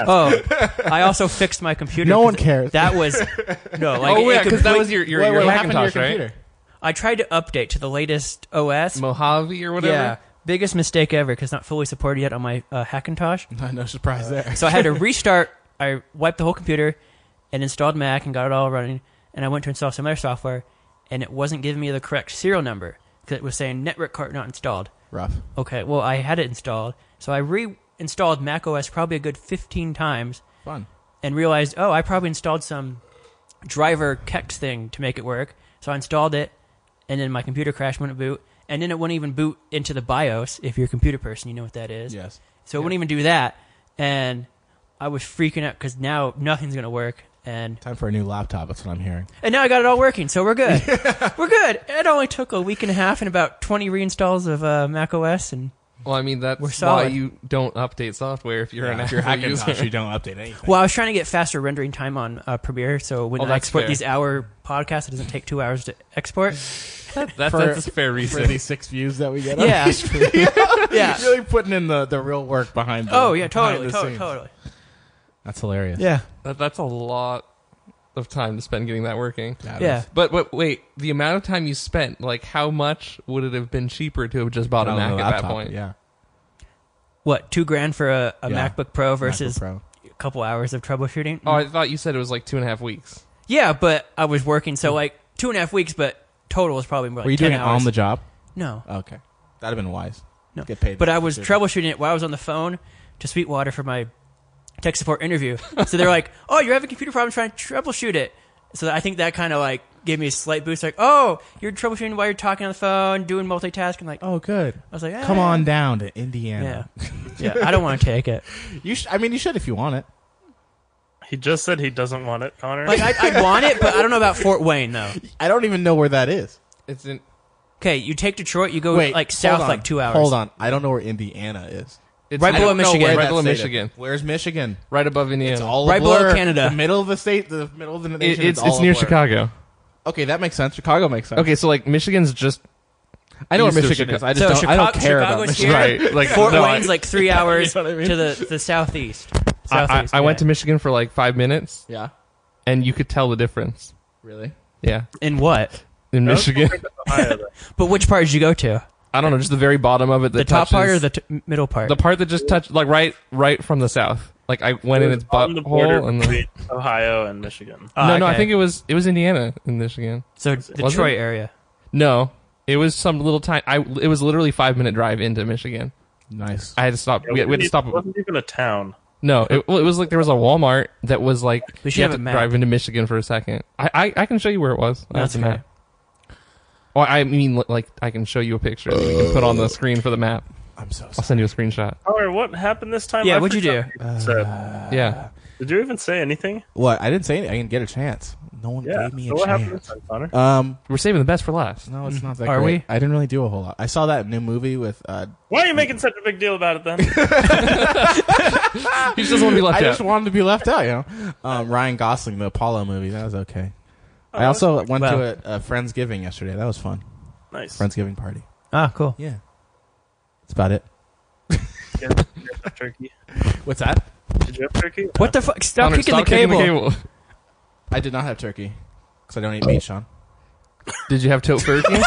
Speaker 3: Oh, I also fixed my computer.
Speaker 1: No
Speaker 3: 'cause
Speaker 1: one cares.
Speaker 3: That was no, like
Speaker 2: oh
Speaker 3: it- it
Speaker 2: yeah, because that
Speaker 3: complete-
Speaker 2: was your your, your Macintosh, right?
Speaker 3: I tried to update to the latest OS.
Speaker 2: Mojave or whatever.
Speaker 3: Yeah, biggest mistake ever because not fully supported yet on my uh, Hackintosh.
Speaker 1: No, no surprise there.
Speaker 3: So I had to restart. I wiped the whole computer and installed Mac and got it all running. And I went to install some other software, and it wasn't giving me the correct serial number because it was saying network card not installed.
Speaker 1: Rough.
Speaker 3: Okay, well I had it installed, so I reinstalled Mac OS probably a good fifteen times
Speaker 1: Fun.
Speaker 3: and realized, oh, I probably installed some driver kex thing to make it work. So I installed it, and then my computer crashed when it boot, and then it wouldn't even boot into the BIOS. If you're a computer person, you know what that is.
Speaker 1: Yes.
Speaker 3: So it wouldn't even do that, and I was freaking out because now nothing's gonna work, and
Speaker 1: Time for a new laptop. That's what I'm hearing.
Speaker 3: and now I got it all working, so we're good. we're good. It only took a week and a half and about twenty reinstalls of uh, Mac OS, and
Speaker 2: Well, I mean that's
Speaker 3: We're
Speaker 2: why
Speaker 3: solid.
Speaker 2: you don't update software if you're an
Speaker 1: if you're
Speaker 2: Apple user.
Speaker 1: Hackintosh, you don't update anything.
Speaker 3: well, I was trying to get faster rendering time on uh, Premiere, so when
Speaker 2: Oh,
Speaker 3: I
Speaker 2: that's
Speaker 3: export
Speaker 2: fair.
Speaker 3: these hour podcasts, it doesn't take two hours to export.
Speaker 2: That's,
Speaker 1: For-
Speaker 2: that's a fair
Speaker 1: For
Speaker 2: reason.
Speaker 1: these six views that we get, on
Speaker 3: Yeah.
Speaker 1: each video.
Speaker 3: Yeah.
Speaker 1: really putting in the, the real work behind. The,
Speaker 3: Oh yeah,
Speaker 1: behind
Speaker 3: totally,
Speaker 1: the
Speaker 3: totally,
Speaker 1: scenes.
Speaker 3: totally.
Speaker 1: That's hilarious. Yeah,
Speaker 2: That, that's a lot of time to spend getting that working.
Speaker 1: That
Speaker 3: Yeah.
Speaker 1: is-
Speaker 2: But, but wait, the amount of time you spent, like how much would it have been cheaper to have just bought a
Speaker 1: On
Speaker 2: Mac
Speaker 1: the
Speaker 2: at that
Speaker 1: laptop,
Speaker 2: point?
Speaker 1: Yeah,
Speaker 3: What two grand for a, a
Speaker 1: Yeah.
Speaker 3: MacBook Pro versus
Speaker 1: MacBook Pro.
Speaker 3: a couple hours of troubleshooting?
Speaker 2: Oh, I thought you said it was like two and a half weeks.
Speaker 3: yeah, but I was working, so like two and a half weeks, but total was probably more like
Speaker 1: Were you
Speaker 3: 10
Speaker 1: doing it
Speaker 3: hours.
Speaker 1: on the job?
Speaker 3: No,
Speaker 1: Okay, that'd have been wise.
Speaker 3: no.
Speaker 1: Get paid.
Speaker 3: But I was
Speaker 1: Sure.
Speaker 3: troubleshooting it while I was on the phone to Sweetwater for my tech support interview. so they're like, "Oh, you're having computer problems. Trying to troubleshoot it." So I think that kind of like gave me a slight boost. Like, oh, you're troubleshooting while you're talking on the phone, doing multitasking. Like,
Speaker 1: Oh, good.
Speaker 3: I was like,
Speaker 1: Come
Speaker 3: "Ah."
Speaker 1: on down to Indiana.
Speaker 3: yeah, I don't want to take it.
Speaker 1: You sh- I mean, you should if you want it.
Speaker 4: He just said he doesn't want it, Connor.
Speaker 3: Like, I, I want it, but I don't know about Fort Wayne though.
Speaker 1: I don't even know where that is.
Speaker 2: It's in.
Speaker 3: Okay, you take Detroit, you go
Speaker 1: Wait,
Speaker 3: like
Speaker 1: hold
Speaker 3: south
Speaker 1: on.
Speaker 3: like two hours.
Speaker 1: Hold on, I don't know where Indiana is.
Speaker 2: It's
Speaker 3: Right
Speaker 2: I
Speaker 3: below
Speaker 2: don't know
Speaker 3: Michigan.
Speaker 2: where
Speaker 3: Right
Speaker 2: Right
Speaker 1: That
Speaker 2: below
Speaker 1: state is.
Speaker 2: Michigan.
Speaker 1: Where's Michigan?
Speaker 2: Right above Indiana.
Speaker 1: It's all a
Speaker 3: Right below
Speaker 1: blur.
Speaker 3: Canada.
Speaker 1: The middle of the state, the middle of the
Speaker 2: It-
Speaker 1: nation.
Speaker 2: it's
Speaker 1: all
Speaker 2: it's
Speaker 1: a
Speaker 2: near
Speaker 1: blur.
Speaker 2: Chicago.
Speaker 1: Okay, that makes sense. Chicago makes sense.
Speaker 2: Okay, so like Michigan's just
Speaker 1: I know where
Speaker 2: east of
Speaker 1: Michigan
Speaker 2: Chica-
Speaker 1: is. I just
Speaker 3: So
Speaker 1: don't, I don't
Speaker 3: Chicago-
Speaker 1: care about
Speaker 3: Chicago's
Speaker 1: Michigan.
Speaker 3: here.
Speaker 2: right. Like
Speaker 3: Fort
Speaker 2: no, I-
Speaker 3: Wayne's like three hours
Speaker 1: know what I mean?
Speaker 3: to the, the southeast.
Speaker 2: I, I,
Speaker 3: southeast
Speaker 2: I went to
Speaker 3: yeah.
Speaker 2: Michigan for like five minutes,
Speaker 1: Yeah,
Speaker 2: and you could tell the difference.
Speaker 1: really.
Speaker 2: Yeah,
Speaker 3: in what?
Speaker 2: in
Speaker 4: That was
Speaker 2: Michigan,
Speaker 4: going to Ohio, though.
Speaker 3: But which part did you go to?
Speaker 2: I don't know, just the very bottom of it. That
Speaker 3: The top part or
Speaker 2: touches-
Speaker 3: the t- middle part?
Speaker 2: the part that just touched, like right, right from the south. Like I went in its
Speaker 4: on the border
Speaker 2: butthole, and then,
Speaker 4: between Ohio and Michigan.
Speaker 3: Ah,
Speaker 2: no, no, I
Speaker 3: okay.
Speaker 2: think it was it was Indiana in Michigan.
Speaker 3: so Detroit
Speaker 2: it?
Speaker 3: area.
Speaker 2: No, it was some little time. I it was literally five minute drive into Michigan.
Speaker 1: Nice.
Speaker 2: I had to stop. we, had, we had to stop.
Speaker 4: It wasn't even a town.
Speaker 2: No, it, well, it was like there was a Walmart that was like
Speaker 3: We should
Speaker 2: you had
Speaker 3: have
Speaker 2: to
Speaker 3: a map.
Speaker 2: drive into Michigan for a second. I I, I can show you where it was. I have
Speaker 3: That's
Speaker 2: the
Speaker 3: okay.
Speaker 2: map. Or I mean, li- like I can show you a picture that you can put on the screen for the map.
Speaker 1: I'm so
Speaker 2: I'll
Speaker 1: sorry.
Speaker 2: send you a screenshot.
Speaker 4: Connor, what happened this time?
Speaker 3: Yeah,
Speaker 4: I
Speaker 3: what'd you do?
Speaker 4: forgot what you said.
Speaker 2: Yeah,
Speaker 4: Did you even say anything?
Speaker 1: What? I didn't say anything. I didn't get a chance. No one
Speaker 4: Yeah.
Speaker 1: gave me
Speaker 4: so
Speaker 1: a
Speaker 4: what happened this
Speaker 1: chance.
Speaker 4: time, Connor?
Speaker 1: Um,
Speaker 2: we're saving the best for last.
Speaker 1: no, it's not that.
Speaker 3: Mm-hmm. Are
Speaker 1: great.
Speaker 3: we?
Speaker 1: I didn't really do a whole lot. I saw that new movie with. Uh,
Speaker 4: Why are you making such a big deal about it then?
Speaker 2: He just doesn't want to be
Speaker 1: I
Speaker 2: left
Speaker 1: just
Speaker 2: out.
Speaker 1: wanted to be left out, you know. Um, Ryan Gosling, the Apollo movie, that was okay. I also went
Speaker 3: Wow.
Speaker 1: to a, a friendsgiving yesterday. That was fun.
Speaker 4: nice.
Speaker 1: Friendsgiving party.
Speaker 3: Ah, cool.
Speaker 1: Yeah, that's about it.
Speaker 4: Yeah, did you have turkey.
Speaker 1: What's that?
Speaker 4: Did you have turkey?
Speaker 3: What the fuck? Stop
Speaker 2: Connor,
Speaker 3: kicking
Speaker 2: stop
Speaker 3: the
Speaker 2: kicking
Speaker 3: cable.
Speaker 1: I did not have turkey because I don't eat meat, Sean.
Speaker 2: Did you have tote turkey?
Speaker 1: was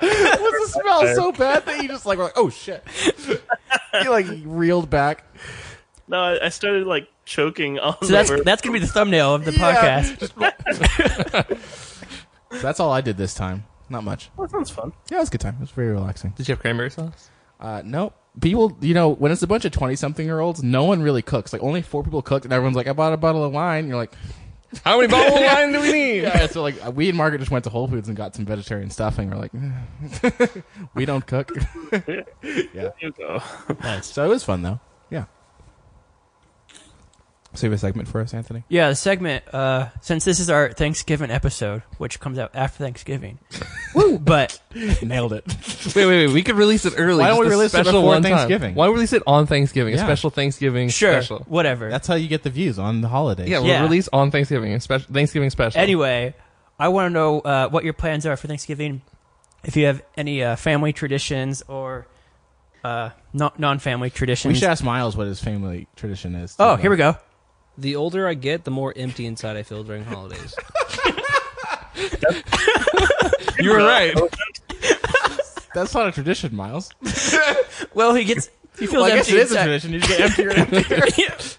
Speaker 1: the smell so bad that you just like were like, oh shit. you like reeled back.
Speaker 4: No, I, I started like choking on
Speaker 3: So that's
Speaker 4: the
Speaker 3: that's gonna be the thumbnail of the
Speaker 1: Yeah.
Speaker 3: podcast.
Speaker 1: So that's all I did this time. Not much.
Speaker 4: That sounds fun.
Speaker 1: Yeah, it was a good time. It was very relaxing.
Speaker 2: Did you have cranberry sauce?
Speaker 1: Uh, no, people, you know, when it's a bunch of twenty-something-year-olds, no one really cooks. Like only four people cooked, and everyone's like, "I bought a bottle of wine." You're like,
Speaker 2: How many bottles of wine do we need?
Speaker 1: "Yeah." So like, uh, we and Margaret just went to Whole Foods and got some vegetarian stuffing. We're like, "We don't cook,"
Speaker 4: There you go.
Speaker 1: so it was fun though. Yeah. Save a segment for us, Anthony.
Speaker 3: Yeah, the segment. Uh, since this is our Thanksgiving episode, which comes out after Thanksgiving, Woo! but
Speaker 1: Nailed it.
Speaker 2: Wait, wait, wait. We could release it early.
Speaker 1: Why don't
Speaker 2: just
Speaker 1: we
Speaker 2: a
Speaker 1: release it
Speaker 2: special
Speaker 1: before
Speaker 2: one time.
Speaker 1: Thanksgiving?
Speaker 2: Why don't we release it on Thanksgiving? A
Speaker 1: Yeah.
Speaker 2: special Thanksgiving
Speaker 3: sure,
Speaker 2: special.
Speaker 3: whatever.
Speaker 1: That's how you get the views on the holidays.
Speaker 2: Yeah, we'll
Speaker 3: Yeah.
Speaker 2: release on Thanksgiving. A special Thanksgiving special.
Speaker 3: Anyway, I want to know uh, what your plans are for Thanksgiving. If you have any uh, family traditions or uh, not non-family traditions.
Speaker 1: we should ask Miles what his family tradition is.
Speaker 3: oh, here we go.
Speaker 6: The older I get, the more empty inside I feel during holidays.
Speaker 2: you were right.
Speaker 1: That's not a tradition, Miles.
Speaker 3: Well, he gets he feels
Speaker 1: Well, I guess
Speaker 3: empty
Speaker 1: it is a
Speaker 3: inside.
Speaker 1: tradition. You just get emptier and emptier.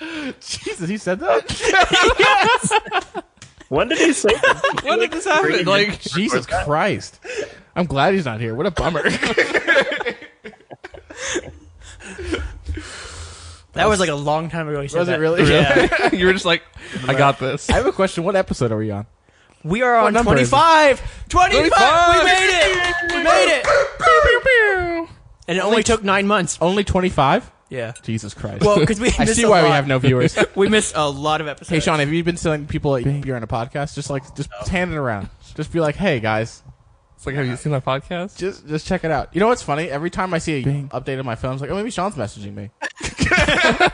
Speaker 3: Yeah.
Speaker 1: Jesus, he said that?
Speaker 4: When did he say that?
Speaker 2: When did this happen? Like,
Speaker 1: Jesus Christ. I'm glad he's not here. What a bummer.
Speaker 3: That was like a long time ago. He said
Speaker 1: Was it
Speaker 3: that.
Speaker 1: really?
Speaker 3: Yeah.
Speaker 2: you were just like, I got this.
Speaker 1: I have a question. What episode are we on?
Speaker 3: we are
Speaker 1: What
Speaker 3: on
Speaker 1: number is it?
Speaker 3: 25! 25!
Speaker 2: 25!
Speaker 3: We made it! We made it! And it only took nine months.
Speaker 1: Only 25?
Speaker 3: Yeah.
Speaker 1: Jesus Christ.
Speaker 3: Well, because we
Speaker 1: I
Speaker 3: missed
Speaker 1: see
Speaker 3: a
Speaker 1: why we
Speaker 3: lot.
Speaker 1: have no viewers.
Speaker 3: we missed a lot of episodes.
Speaker 1: hey, Sean, have you been telling people that you're on a podcast? Just like, just hand it around. Just be like, hey, guys,
Speaker 2: It's like, have you seen my podcast?
Speaker 1: just just check it out. You know what's funny? Every time I see a update on my phone, I'm like, oh, maybe Sean's messaging me.
Speaker 4: I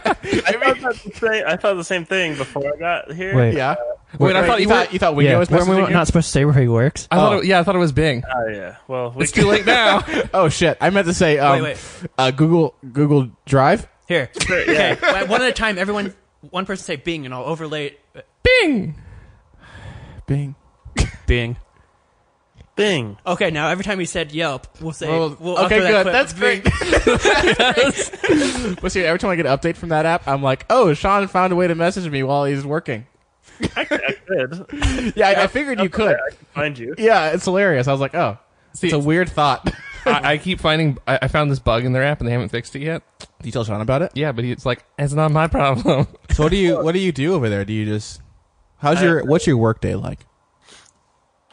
Speaker 4: thought, that the same, I thought the same thing before I got here.
Speaker 3: Wait.
Speaker 1: Yeah.
Speaker 2: Wait, I thought you
Speaker 1: you
Speaker 2: were-
Speaker 1: thought, you thought Wingo was
Speaker 3: Weren't
Speaker 1: messaging
Speaker 3: we
Speaker 1: you?
Speaker 3: not supposed to say where he works?
Speaker 2: I thought, it, yeah, I thought it was Bing.
Speaker 4: Oh yeah. Well, we
Speaker 2: It's too late now.
Speaker 1: Oh shit! I meant to say um,
Speaker 3: Wait, wait.
Speaker 1: Uh, Google Google Drive.
Speaker 3: Here.
Speaker 4: Yeah.
Speaker 3: Okay. one at a time, everyone, one person say Bing, and I'll overlay it.
Speaker 2: Bing.
Speaker 1: Bing.
Speaker 3: Bing.
Speaker 4: Bing.
Speaker 3: Okay, now every time you said Yelp, we'll say.
Speaker 1: Well,
Speaker 3: we'll
Speaker 1: okay,
Speaker 3: echo that
Speaker 1: good.
Speaker 3: clip.
Speaker 1: That's great. But see, every time I get an update from that app, I'm like, oh, Sean found a way to message me while he's working.
Speaker 4: Actually, I could.
Speaker 1: Yeah, I, I figured you could.
Speaker 4: I could find you.
Speaker 1: Yeah, it's hilarious. I was like, oh, it's a weird thought.
Speaker 2: I, I keep finding. I, I found this bug in their app and they haven't fixed it yet.
Speaker 1: Do you tell Sean about it?
Speaker 2: Yeah, but it's like it's not my problem.
Speaker 1: So what do you what do you do over there? Do you just how's
Speaker 4: I-
Speaker 1: your what's your work day like?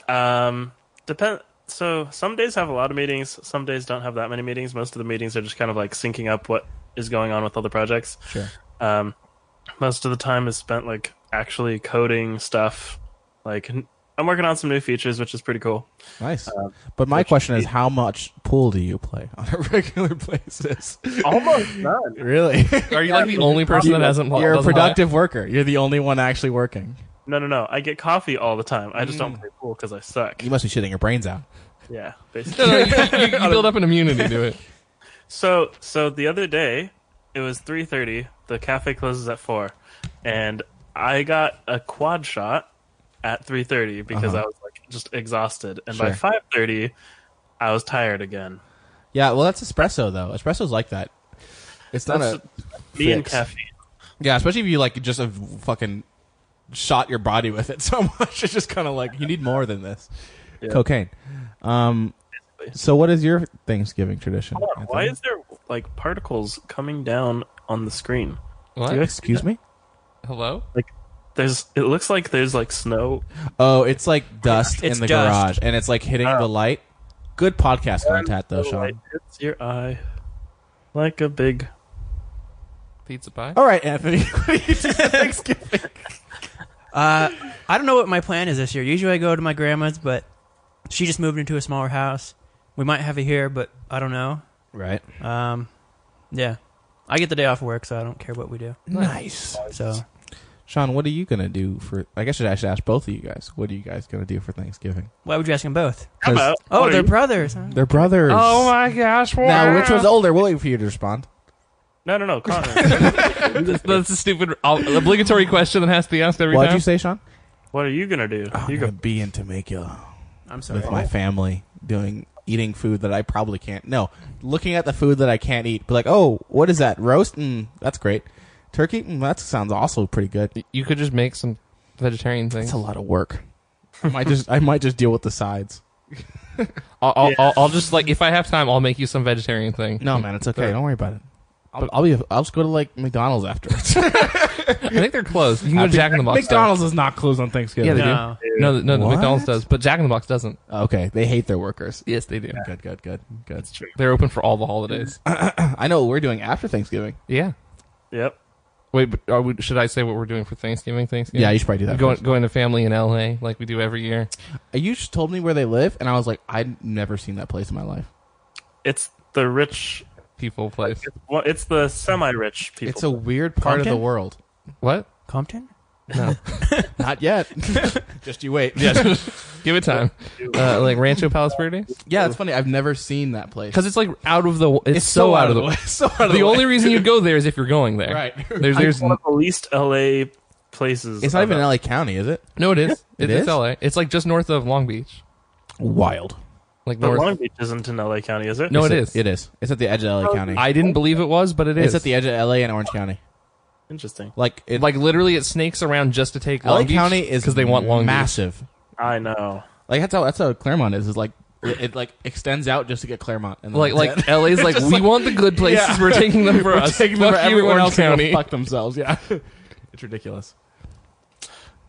Speaker 4: Um, depend. So some days have a lot of meetings. Some days don't have that many meetings. Most of the meetings are just kind of like syncing up what is going on with other projects.
Speaker 1: Sure.
Speaker 4: Um, most of the time is spent like actually coding stuff. Like n- I'm working on some new features, which is pretty cool.
Speaker 1: Nice. but my question Uh, is, how much pool do you play on a regular basis?
Speaker 4: Almost none.
Speaker 1: really?
Speaker 2: Are you like the only person that hasn't?
Speaker 1: You're a
Speaker 2: doesn't-
Speaker 1: productive worker. You're the only one actually working.
Speaker 4: No, no, no. I get coffee all the time. I just don't play pool because I suck.
Speaker 1: You must be shitting your brains out.
Speaker 4: Yeah,
Speaker 2: No,
Speaker 4: basically.
Speaker 2: no, you, you- you build up an immunity to it.
Speaker 4: So so the other day, it was three thirty. The cafe closes at four, and I got a quad shot at three thirty because I was like just exhausted. And by
Speaker 1: Uh-huh. Sure.
Speaker 4: five thirty, I was tired again.
Speaker 1: Yeah. Well, that's espresso though. Espresso's like that. It's not
Speaker 4: That's
Speaker 1: a
Speaker 4: me and
Speaker 1: fix.
Speaker 4: caffeine.
Speaker 1: yeah, especially if you like just a fucking shot your body with it so much. It's just kind of like you need more than this. Cocaine. Um. So what is your Thanksgiving tradition?
Speaker 4: Hold on, Why
Speaker 1: Anthony?
Speaker 4: is there like particles coming down on the screen?
Speaker 2: What?
Speaker 1: Do you excuse me?
Speaker 2: Hello?
Speaker 4: There's. It looks like there's like snow.
Speaker 1: Oh, it's like dust
Speaker 3: It's
Speaker 1: in the
Speaker 3: dust.
Speaker 1: garage, and it's like hitting the light. Good podcast content though,
Speaker 4: Oh. It
Speaker 1: Sean.
Speaker 4: hits your eye like a big.
Speaker 2: Pizza pie?
Speaker 1: All right, Anthony. What do you do for Thanksgiving?
Speaker 3: Uh, I don't know what my plan is this year. Usually I go to my grandma's, but she just moved into a smaller house. We might have it here, but I don't know.
Speaker 1: Right.
Speaker 3: Um, yeah, I get the day off work, so I don't care what we do.
Speaker 1: Nice.
Speaker 3: So
Speaker 1: Sean, what are you gonna do for? I guess I should ask both of you guys. What are you guys gonna do for Thanksgiving?
Speaker 3: why would you ask them both?
Speaker 4: How
Speaker 1: 'Cause
Speaker 4: about?
Speaker 3: Oh,
Speaker 4: what are
Speaker 3: they're
Speaker 4: you-
Speaker 3: brothers. huh?
Speaker 1: They're brothers.
Speaker 2: Oh my gosh!
Speaker 1: Now, which one's older? We'll wait for you to respond.
Speaker 4: no, no, no, Connor.
Speaker 2: That's a stupid obligatory question that has to be asked every
Speaker 1: What'd
Speaker 2: time.
Speaker 1: you say, Sean?
Speaker 4: what are you gonna do? you
Speaker 1: I'm
Speaker 4: go
Speaker 1: Oh, gonna be in Temecula
Speaker 3: I'm sorry.
Speaker 1: with my family, doing eating food that I probably can't. No, looking at the food that I can't eat. Be like, oh, what is that? Roast? Mm, that's great. Turkey? Mm, that sounds also pretty good.
Speaker 2: You could just make some vegetarian things.
Speaker 1: It's a lot of work. I might just I might just deal with the sides.
Speaker 2: I'll, I'll, I'll, I'll just like if I have time, I'll make you some vegetarian thing.
Speaker 1: No, man, it's okay. Don't worry about it. I'll, I'll be I'll just go to like McDonald's afterwards.
Speaker 2: I think they're closed. You can go to Jack in the Box. though.
Speaker 1: McDonald's is not closed on Thanksgiving.
Speaker 2: Yeah, they
Speaker 3: No.
Speaker 2: do. No, th- no,
Speaker 1: What?
Speaker 2: McDonald's does, but Jack in the Box doesn't.
Speaker 1: Okay, they hate their workers.
Speaker 2: Yes, they do.
Speaker 1: Good, good, good, good.
Speaker 2: They're open for all the holidays.
Speaker 1: I know what we're doing after Thanksgiving.
Speaker 2: Yeah.
Speaker 4: Yep.
Speaker 2: Wait, but are we, should I say what we're doing for Thanksgiving? Thanksgiving.
Speaker 1: Yeah, you should probably do that.
Speaker 2: Going,
Speaker 1: first.
Speaker 2: going to family in LA like we do every year.
Speaker 1: You just told me where they live, and I was like, I'd never seen that place in my life.
Speaker 4: It's the rich.
Speaker 2: People place.
Speaker 4: Well, it's the semi-rich people.
Speaker 1: It's a weird part of
Speaker 3: Compton?
Speaker 1: the world.
Speaker 2: What?
Speaker 3: Compton.
Speaker 1: Not yet. just you wait.
Speaker 2: Yeah. Give it time. Uh, like Rancho Palos Verdes.
Speaker 1: Yeah, it's funny. I've never seen that place.
Speaker 2: Because it's like out of the. It's, so, out of the. way.
Speaker 1: So out of
Speaker 2: The
Speaker 1: way.
Speaker 2: only reason you'd go there is if you're going there.
Speaker 1: Right.
Speaker 2: There's, there's
Speaker 4: It's one of the least LA places.
Speaker 1: It's not even
Speaker 4: of-
Speaker 1: LA County, is it?
Speaker 2: no, it is.
Speaker 1: It
Speaker 2: It- it's
Speaker 1: is?
Speaker 2: LA. It's like just north of Long Beach.
Speaker 1: Wild.
Speaker 2: Like
Speaker 4: But
Speaker 2: north.
Speaker 4: Long Beach isn't in LA County, is it?
Speaker 2: no, it
Speaker 1: It's
Speaker 2: is.
Speaker 1: at- It is. It's at the edge of LA County.
Speaker 2: I didn't believe it was, but it is.
Speaker 1: it's at the edge of LA and Orange County.
Speaker 4: Interesting.
Speaker 1: Like it,
Speaker 2: like literally, it snakes around just to take
Speaker 1: LA
Speaker 2: Long Beach
Speaker 1: County is
Speaker 2: because they want Long Beach.
Speaker 1: massive.
Speaker 4: I know.
Speaker 1: Like that's how that's how Claremont is. Is like it, it, like extends out just to get Claremont. And then
Speaker 2: Like
Speaker 1: that's
Speaker 2: like
Speaker 1: it.
Speaker 2: LA's like we want the good places.
Speaker 1: Yeah.
Speaker 2: We're taking them for us.
Speaker 1: taking them
Speaker 2: Fuck
Speaker 1: for
Speaker 2: you,
Speaker 1: everyone
Speaker 2: Orange
Speaker 1: else to go
Speaker 2: County.
Speaker 1: fuck themselves. Yeah, it's ridiculous.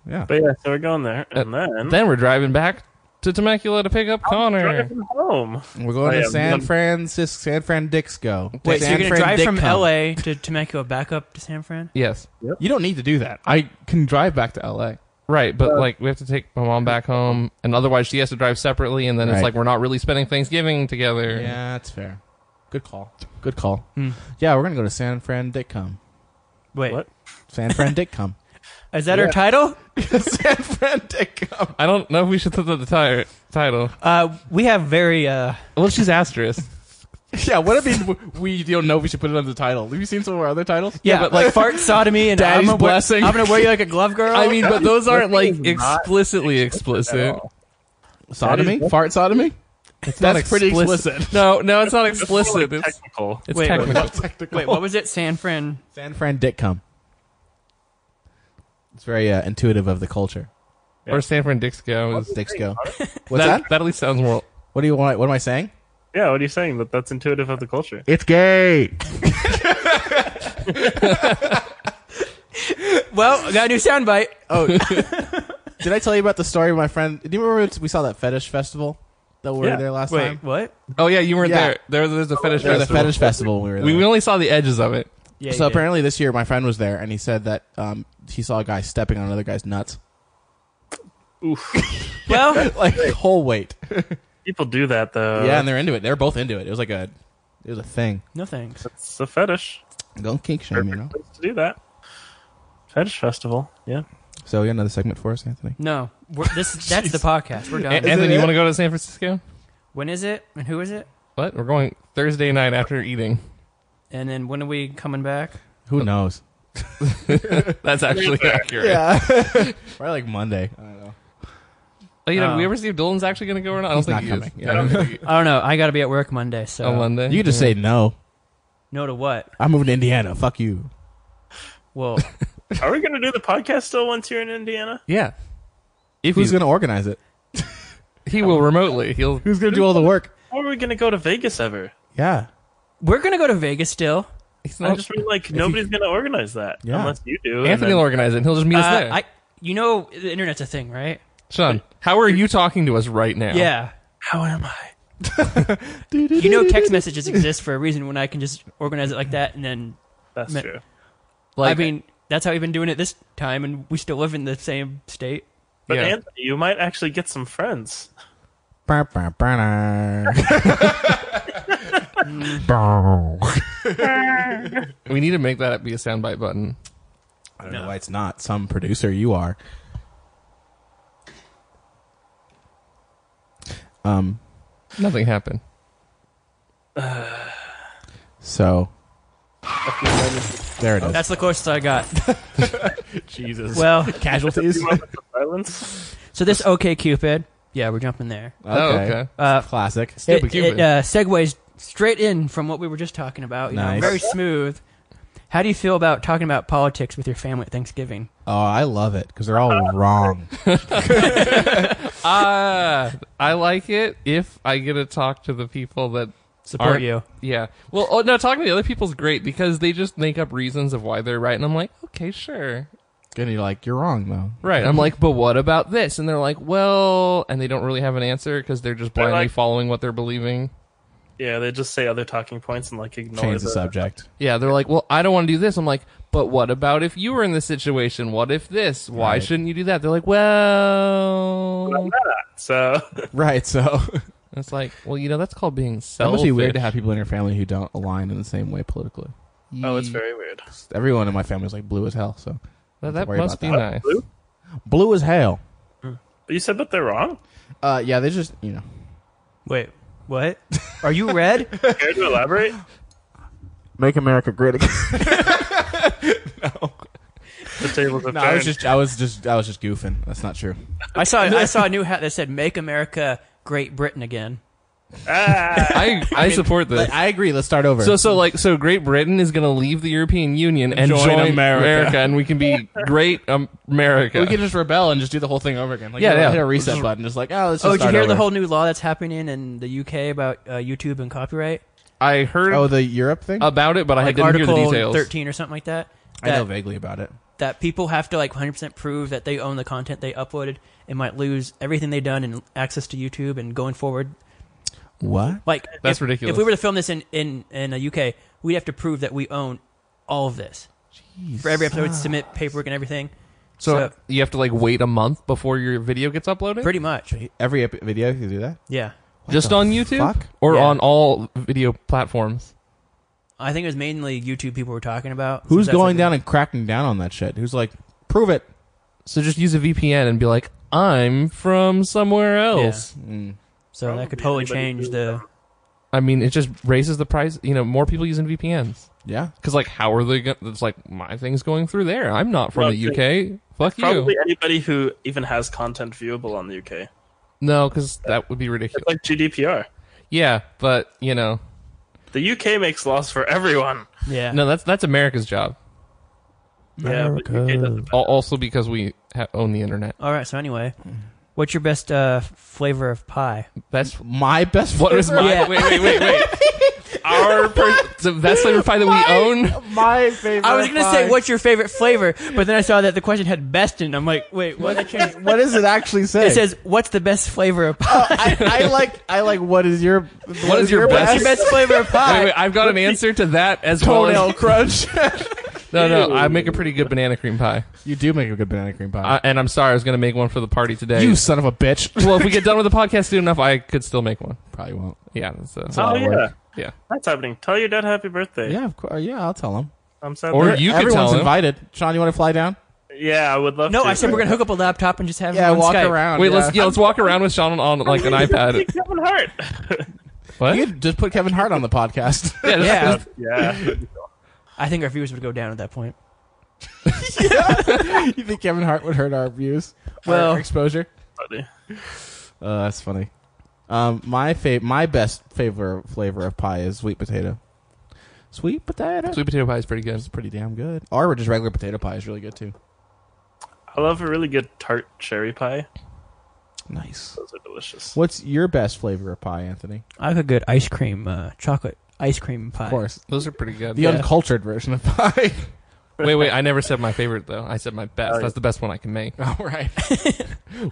Speaker 1: Yeah,
Speaker 4: But yeah, so we're going there,
Speaker 1: Uh,
Speaker 4: and then,
Speaker 2: Then we're driving back to Temecula to pick up Connor.
Speaker 4: driving home.
Speaker 1: we're going
Speaker 4: I
Speaker 1: to
Speaker 4: am
Speaker 1: San
Speaker 4: done.
Speaker 1: Francisco, San Francisco.
Speaker 3: Wait, so
Speaker 1: San
Speaker 3: you're gonna drive
Speaker 1: Frandico.
Speaker 3: from L.A. to Temecula back up to San Fran?
Speaker 2: Yes,
Speaker 1: You don't need to do that. I can drive back to LA.
Speaker 2: right. But like we have to take my mom back home, and otherwise she has to drive separately. And then
Speaker 1: Right.
Speaker 2: it's like we're not really spending Thanksgiving together.
Speaker 1: Yeah, that's fair. Good call. Hmm. Good call. Yeah, we're gonna go to San Fran Ditcom.
Speaker 3: Wait,
Speaker 4: What?
Speaker 1: San Fran Ditcom.
Speaker 3: is that our title?
Speaker 1: San Fran Ditcom.
Speaker 2: I don't know if we should put that the tire, title.
Speaker 3: Uh, we have very uh,
Speaker 2: Well, she's asterisk.
Speaker 1: Yeah, what I mean, we don't know if we should put it under the title. Have you seen some of our other titles?
Speaker 3: yeah, but like fart sodomy and
Speaker 1: Daddy's
Speaker 3: I'm gonna wear-
Speaker 1: blessing.
Speaker 3: I'm gonna wear you like a glove girl.
Speaker 2: I mean, but those aren't like
Speaker 4: is not
Speaker 2: explicitly explicit.
Speaker 1: Sodomy? Fart sodomy? That's
Speaker 2: Not No, no, it's not explicit. It's,
Speaker 4: Technical.
Speaker 2: it's
Speaker 3: Wait,
Speaker 2: technical.
Speaker 1: Technical.
Speaker 3: wait, what was it? San Fran.
Speaker 1: San Fran Ditcom. It's very uh, intuitive of the culture.
Speaker 2: Or San Francisco is
Speaker 1: Dicks go. What's
Speaker 2: that,
Speaker 1: that?
Speaker 2: that? at least sounds more.
Speaker 1: What do you want? What am I saying?
Speaker 4: Yeah, what are you saying? That that's intuitive of the culture.
Speaker 7: It's gay.
Speaker 3: Well, I got a new soundbite.
Speaker 1: Oh, did I tell you about the story of my friend? Do you remember we saw that fetish festival that we were
Speaker 4: Yeah.
Speaker 1: there last
Speaker 3: Wait,
Speaker 1: time?
Speaker 3: what?
Speaker 2: Oh yeah, you weren't
Speaker 1: Yeah.
Speaker 2: there. There. There's a fetish
Speaker 1: There was a
Speaker 2: festival.
Speaker 1: fetish festival. when We were
Speaker 2: We
Speaker 1: there.
Speaker 2: only saw the edges of it.
Speaker 3: Yeah,
Speaker 1: so apparently this year my friend was there and he said that um, he saw a guy stepping on another guy's nuts,
Speaker 3: well,
Speaker 1: like whole weight.
Speaker 4: People do that though.
Speaker 1: yeah, and they're into it. They're both into it. It was like a, it was a thing.
Speaker 3: no thanks.
Speaker 4: it's a fetish
Speaker 1: Don't kink shame, you know.
Speaker 4: to do that. Fetish festival. Yeah.
Speaker 1: So we got another segment for us, Anthony.
Speaker 3: No, we're, this that's the podcast. We're
Speaker 2: A-
Speaker 3: done.
Speaker 2: Anthony,
Speaker 1: it?
Speaker 2: you want to go to San Francisco?
Speaker 3: when is it? And who is it?
Speaker 2: What? We're going Thursday night after eating.
Speaker 3: And then when are we coming back?
Speaker 1: Who knows?
Speaker 2: That's actually accurate.
Speaker 1: Probably like Monday. I don't know.
Speaker 2: Oh, you know,
Speaker 3: Oh.
Speaker 2: we ever see if Dylan's actually going to go or not? I don't
Speaker 1: He's
Speaker 2: think
Speaker 1: not
Speaker 2: he
Speaker 1: coming.
Speaker 2: is. I don't think he
Speaker 3: I don't know. I got to be at work Monday, so
Speaker 2: on Monday.
Speaker 1: You could just say no.
Speaker 3: no to what?
Speaker 1: I'm moving to Indiana. Fuck you.
Speaker 3: Well,
Speaker 4: Are we gonna do the podcast still once you're in Indiana?
Speaker 2: yeah. If
Speaker 1: Who's
Speaker 2: he's
Speaker 1: going to organize it?
Speaker 2: he will remotely. He'll
Speaker 1: Who's going to do all the work?
Speaker 4: Or are we gonna go to Vegas ever?
Speaker 1: Yeah.
Speaker 3: we're gonna go to Vegas still.
Speaker 2: he's
Speaker 4: I
Speaker 2: not.
Speaker 4: just mean like nobody's gonna organize that
Speaker 1: Yeah.
Speaker 4: unless you do. and
Speaker 2: Anthony
Speaker 4: then-
Speaker 2: will organize it. and He'll just meet us
Speaker 3: Uh,
Speaker 2: there.
Speaker 3: I, you know, the internet's a thing, right?
Speaker 2: Sean, how are you talking to us right now?
Speaker 3: Yeah.
Speaker 4: How am I?
Speaker 3: You know, text messages exist for a reason. When I can just organize it like that, and then
Speaker 4: That's
Speaker 3: Me-
Speaker 4: true.
Speaker 2: Like,
Speaker 3: I mean, that's how we've been doing it this time, and we still live in the same state.
Speaker 4: But
Speaker 2: Yeah.
Speaker 4: Anthony, you might actually get some friends.
Speaker 7: Bah, bah, bah, nah. Bow.
Speaker 2: we need to make that be a soundbite button.
Speaker 1: I don't know why it's not some producer you are. Um.
Speaker 2: Nothing happened.
Speaker 1: So. There it is.
Speaker 3: That's the closest I got.
Speaker 1: Jesus.
Speaker 3: Well,
Speaker 1: casualties. okay.
Speaker 4: Silence.
Speaker 3: so this OK Cupid, yeah, we're jumping there.
Speaker 2: Oh, okay.
Speaker 3: Uh,
Speaker 1: Classic.
Speaker 2: Stupid
Speaker 3: it
Speaker 2: Cupid.
Speaker 3: it uh, segues straight in from what we were just talking about. You know,
Speaker 1: Nice.
Speaker 3: very smooth. How do you feel about talking about politics with your family at Thanksgiving?
Speaker 1: Oh, I love it because they're all wrong.
Speaker 2: Uh, I like it if I get to talk to the people that
Speaker 3: Support
Speaker 2: aren't-
Speaker 3: you.
Speaker 2: Yeah. Well, oh, no, talking to the other people's great because they just make up reasons of why they're right, and I'm like, okay, sure.
Speaker 1: And you're like, you're wrong though.
Speaker 2: Right. I'm like, but what about this? And they're like, well, and they don't really have an answer because they're just
Speaker 4: They're
Speaker 2: blindly
Speaker 4: like-
Speaker 2: following what they're believing.
Speaker 4: Yeah, they just say other talking points and like ignore
Speaker 1: Change the subject.
Speaker 2: Yeah, they're like, well, I don't want to do this. I'm like, but what about if you were in this situation? What if this? Why
Speaker 1: Right.
Speaker 2: shouldn't you do that? They're like, well,
Speaker 4: So
Speaker 1: Right. So
Speaker 2: And it's like, well, you know, that's called being
Speaker 1: that
Speaker 2: selfish.
Speaker 1: must be weird to have people in your family who don't align in the same way politically.
Speaker 4: Oh, it's very weird.
Speaker 1: 'Cause Everyone in my family is like blue as hell. So
Speaker 2: That,
Speaker 1: Don't
Speaker 2: that
Speaker 1: worry
Speaker 2: must
Speaker 1: about
Speaker 2: be
Speaker 1: that.
Speaker 2: nice.
Speaker 4: Blue?
Speaker 1: blue as hell.
Speaker 4: Uh, You said that they're wrong?
Speaker 1: Uh, yeah. They just you know.
Speaker 3: Wait, what? Are you red?
Speaker 4: Care to elaborate?
Speaker 7: Make America great again.
Speaker 4: The tables have
Speaker 1: No, I
Speaker 4: turned.
Speaker 1: was just I was just I was just goofing. That's not true.
Speaker 3: I saw I saw a new hat that said "Make America Great Britain Again."
Speaker 4: ah,
Speaker 2: I, I support this.
Speaker 1: I agree. Let's start over.
Speaker 2: So so like so Great Britain is going to leave the European Union and
Speaker 1: Join
Speaker 2: join,
Speaker 1: America.
Speaker 2: America. and we can be Great um, America.
Speaker 1: we can just rebel and just do the whole thing over again. Like
Speaker 2: Yeah,
Speaker 1: you know,
Speaker 2: yeah.
Speaker 1: Hit a reset button. Just like oh, let's just
Speaker 3: Oh, did you
Speaker 1: start
Speaker 3: hear
Speaker 1: over.
Speaker 3: the whole new law that's happening in the UK about uh, YouTube and copyright?
Speaker 2: I heard
Speaker 1: oh the Europe thing.
Speaker 2: about it, but I
Speaker 3: Like
Speaker 2: didn't hear
Speaker 3: Article
Speaker 2: the details.
Speaker 3: 13 or something like that.
Speaker 1: I know
Speaker 3: That,
Speaker 1: vaguely about it.
Speaker 3: that people have to like 100% prove that they own the content they uploaded and might lose everything they've done and access to YouTube and going forward.
Speaker 1: What?
Speaker 3: Like
Speaker 2: That's
Speaker 3: if,
Speaker 2: ridiculous.
Speaker 3: If we were to film this in in in the UK, we'd have to prove that we own all of this. For every episode, submit paperwork and everything.
Speaker 2: So,
Speaker 3: so-
Speaker 2: you have to like wait a month before your video gets uploaded,
Speaker 3: Pretty much,
Speaker 1: Every ep- video you do that.
Speaker 3: yeah.
Speaker 2: just
Speaker 1: the
Speaker 2: on YouTube
Speaker 1: fuck?
Speaker 2: or
Speaker 3: Yeah.
Speaker 2: on all video platforms.
Speaker 3: I think it was mainly YouTube people were talking about.
Speaker 1: Who's
Speaker 3: Since that's
Speaker 1: going
Speaker 3: like-
Speaker 1: down and cracking down on that shit? Who's like prove it?
Speaker 2: So just use a VPN and be like, I'm from somewhere else.
Speaker 3: So that could totally
Speaker 4: Probably
Speaker 3: change
Speaker 4: anybody who-
Speaker 3: the.
Speaker 2: I mean, it just raises the price. You know, more people using VPNs
Speaker 1: Yeah.
Speaker 2: because like, how are they? Gonna, it's like my thing's going through there. I'm not from
Speaker 4: Well,
Speaker 2: the
Speaker 4: it's
Speaker 2: UK. Fuck you.
Speaker 4: probably anybody who even has content viewable on the UK.
Speaker 2: No, because that would be ridiculous.
Speaker 4: It's like GDPR.
Speaker 2: Yeah, but you know,
Speaker 4: The UK makes laws for everyone.
Speaker 3: Yeah.
Speaker 2: no, that's that's America's job.
Speaker 4: Yeah, but UK doesn't.
Speaker 2: Al- Also because we ha- own the internet.
Speaker 3: All right. So anyway, What's your best uh, f- flavor of pie?
Speaker 2: Best.
Speaker 1: My best.
Speaker 2: What was
Speaker 1: flavor?
Speaker 2: my?
Speaker 3: Yeah.
Speaker 2: Wait, wait, wait, wait. Our per- the best flavor pie that we own.
Speaker 1: My favorite.
Speaker 3: I was gonna
Speaker 1: pie.
Speaker 3: say, what's your favorite flavor? But then I saw that the question had best in. it. I'm like, wait, what?
Speaker 1: What does it actually say?
Speaker 3: It says, "What's the best flavor of pie?"
Speaker 1: I, I like. I like. What is your? What,
Speaker 2: is your best-
Speaker 3: What's your best flavor of pie?
Speaker 2: Wait, wait, I've got an answer to that as well.
Speaker 1: toenail
Speaker 2: As,
Speaker 1: crunch?
Speaker 2: no, no, I make a pretty good banana cream pie,
Speaker 1: you do make a good banana cream pie.
Speaker 2: I, and I'm sorry, I was going to make one for the party today.
Speaker 1: you son of a bitch.
Speaker 2: well, if we get done with the podcast soon enough, I could still make one.
Speaker 1: Probably won't.
Speaker 2: Yeah, that's, uh,
Speaker 4: Oh yeah,
Speaker 2: yeah.
Speaker 4: that's happening. Tell your dad happy birthday.
Speaker 1: Yeah, of course. Yeah, I'll tell him.
Speaker 4: I'm sad.
Speaker 2: Or
Speaker 4: that-
Speaker 2: you could
Speaker 1: Everyone's
Speaker 2: tell him.
Speaker 1: invited. Sean, you want to fly down?
Speaker 4: Yeah, I would love.
Speaker 3: no,
Speaker 4: to.
Speaker 3: I said we're gonna hook up a laptop and just have
Speaker 1: Yeah,
Speaker 3: it on
Speaker 1: walk
Speaker 3: Skype.
Speaker 1: around.
Speaker 2: Wait,
Speaker 1: yeah.
Speaker 2: let's yeah, let's walk around with Sean on, on like an iPad.
Speaker 4: Kevin Hart.
Speaker 2: What?
Speaker 1: You could just put Kevin Hart on the podcast.
Speaker 2: Yeah, just-
Speaker 3: Yeah,
Speaker 4: yeah.
Speaker 3: I think our viewers would go down at that point.
Speaker 1: you think Kevin Hart would hurt our views? Our
Speaker 3: Well-
Speaker 1: exposure. Uh, that's funny. Um, my fa- my best favorite flavor of pie is sweet potato. Sweet potato.
Speaker 2: Sweet potato pie is pretty good.
Speaker 1: It's pretty damn good. Or just regular potato pie is really good too.
Speaker 4: I love a really good tart cherry pie.
Speaker 1: Nice.
Speaker 4: Those are delicious.
Speaker 1: What's your best flavor of pie, Anthony?
Speaker 3: I could get ice cream, uh, chocolate ice cream pie.
Speaker 1: Of course,
Speaker 2: Those are pretty good.
Speaker 1: the uncultured version of pie.
Speaker 2: Wait, wait. I never said my favorite though. I said my best. That's the best one I can make.
Speaker 1: All right.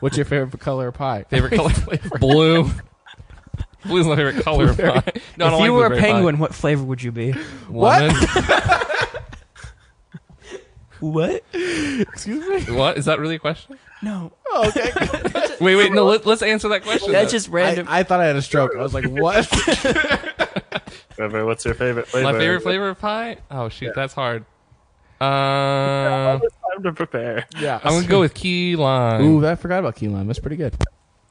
Speaker 1: What's your favorite color of pie?
Speaker 2: Favorite color flavor? Blue. Blue's my favorite color of pie. No, I
Speaker 3: if
Speaker 2: don't like
Speaker 3: you were a
Speaker 2: blueberry pie.
Speaker 3: penguin, what flavor would you be?
Speaker 1: What?
Speaker 2: Lemon.
Speaker 3: what?
Speaker 1: Excuse me.
Speaker 2: what? Is that really a question?
Speaker 3: No,
Speaker 1: Oh, okay.
Speaker 2: Wait, wait. No, let, let's answer that question.
Speaker 3: that's
Speaker 2: though.
Speaker 3: just
Speaker 1: I,
Speaker 3: random.
Speaker 1: I thought I had a stroke. I was like, what?
Speaker 4: Trevor, what's your favorite flavor?
Speaker 2: my favorite flavor of pie. Oh shoot, that's hard. Uh,
Speaker 4: Time to prepare.
Speaker 1: yeah.
Speaker 2: I'm gonna go with key lime.
Speaker 1: Ooh, I forgot about key lime. That's pretty good.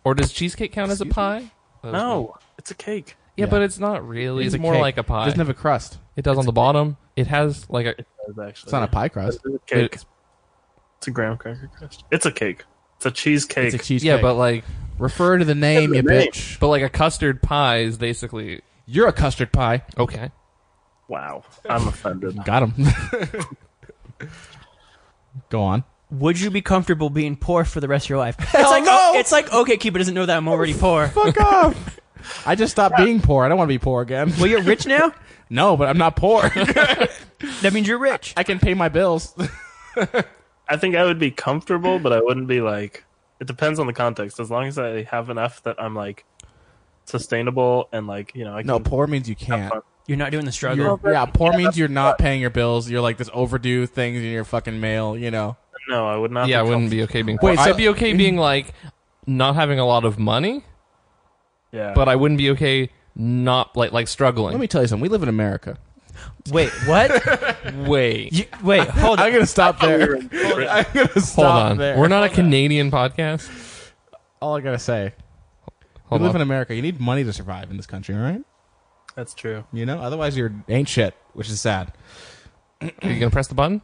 Speaker 2: Or does cheesecake count as a pie? That was me.
Speaker 4: No, it's a cake.
Speaker 2: Yeah,
Speaker 1: Yeah.
Speaker 2: but it's not really. It's,
Speaker 1: a
Speaker 2: more
Speaker 1: cake.
Speaker 2: like a pie.
Speaker 1: It doesn't have a crust.
Speaker 2: it does on the bottom. It has like a.
Speaker 4: It's actually.
Speaker 1: It's not a pie crust.
Speaker 4: It's a cake.
Speaker 2: It-
Speaker 4: it's a graham cracker crust. It's a cake. It's a cheesecake.
Speaker 1: It's a cheesecake.
Speaker 2: Yeah, but like,
Speaker 1: refer to the name, you
Speaker 4: name.
Speaker 1: bitch.
Speaker 2: but like a custard pie is basically
Speaker 1: You're a custard pie.
Speaker 2: okay.
Speaker 4: wow, I'm offended.
Speaker 1: Got him. go on.
Speaker 3: would you be comfortable being poor for the rest of your life? It's like oh! no! it's like okay, Cupid doesn't know that I'm already poor.
Speaker 1: Fuck off. I just stopped being poor. I don't want to be poor again.
Speaker 3: well, you're rich now.
Speaker 1: No, but I'm not poor.
Speaker 3: That means you're rich.
Speaker 1: I can pay my bills.
Speaker 4: I think I would be comfortable, but I wouldn't be like. It depends on the context. As long as I have enough that I'm like sustainable and like you know I can.
Speaker 1: No, poor means you can't.
Speaker 3: You're not doing the struggle.
Speaker 1: You're- yeah, poor means you're not paying your bills. You're like this overdue things in your fucking mail, you know.
Speaker 4: no, I would not.
Speaker 2: Yeah, I
Speaker 4: be
Speaker 2: wouldn't be okay being poor.
Speaker 1: Wait, so-
Speaker 2: I'd be okay being like not having a lot of money,
Speaker 4: comfortable. Yeah,
Speaker 2: but I wouldn't be okay not like like struggling.
Speaker 1: Let me tell you something. We live in America.
Speaker 3: Wait, what?
Speaker 2: Wait,
Speaker 3: You, wait, hold
Speaker 1: I'm
Speaker 3: on.
Speaker 1: going to stop there. I'm going to
Speaker 2: hold
Speaker 1: stop
Speaker 2: on.
Speaker 1: there.
Speaker 2: We're not a Canadian podcast.
Speaker 1: All I got to say,
Speaker 2: Hold
Speaker 1: we live in
Speaker 2: on.
Speaker 1: America. You need money to survive in this country, all right?
Speaker 4: that's true.
Speaker 1: You know, otherwise you're ain't shit, which is sad.
Speaker 2: Are you gonna press the button?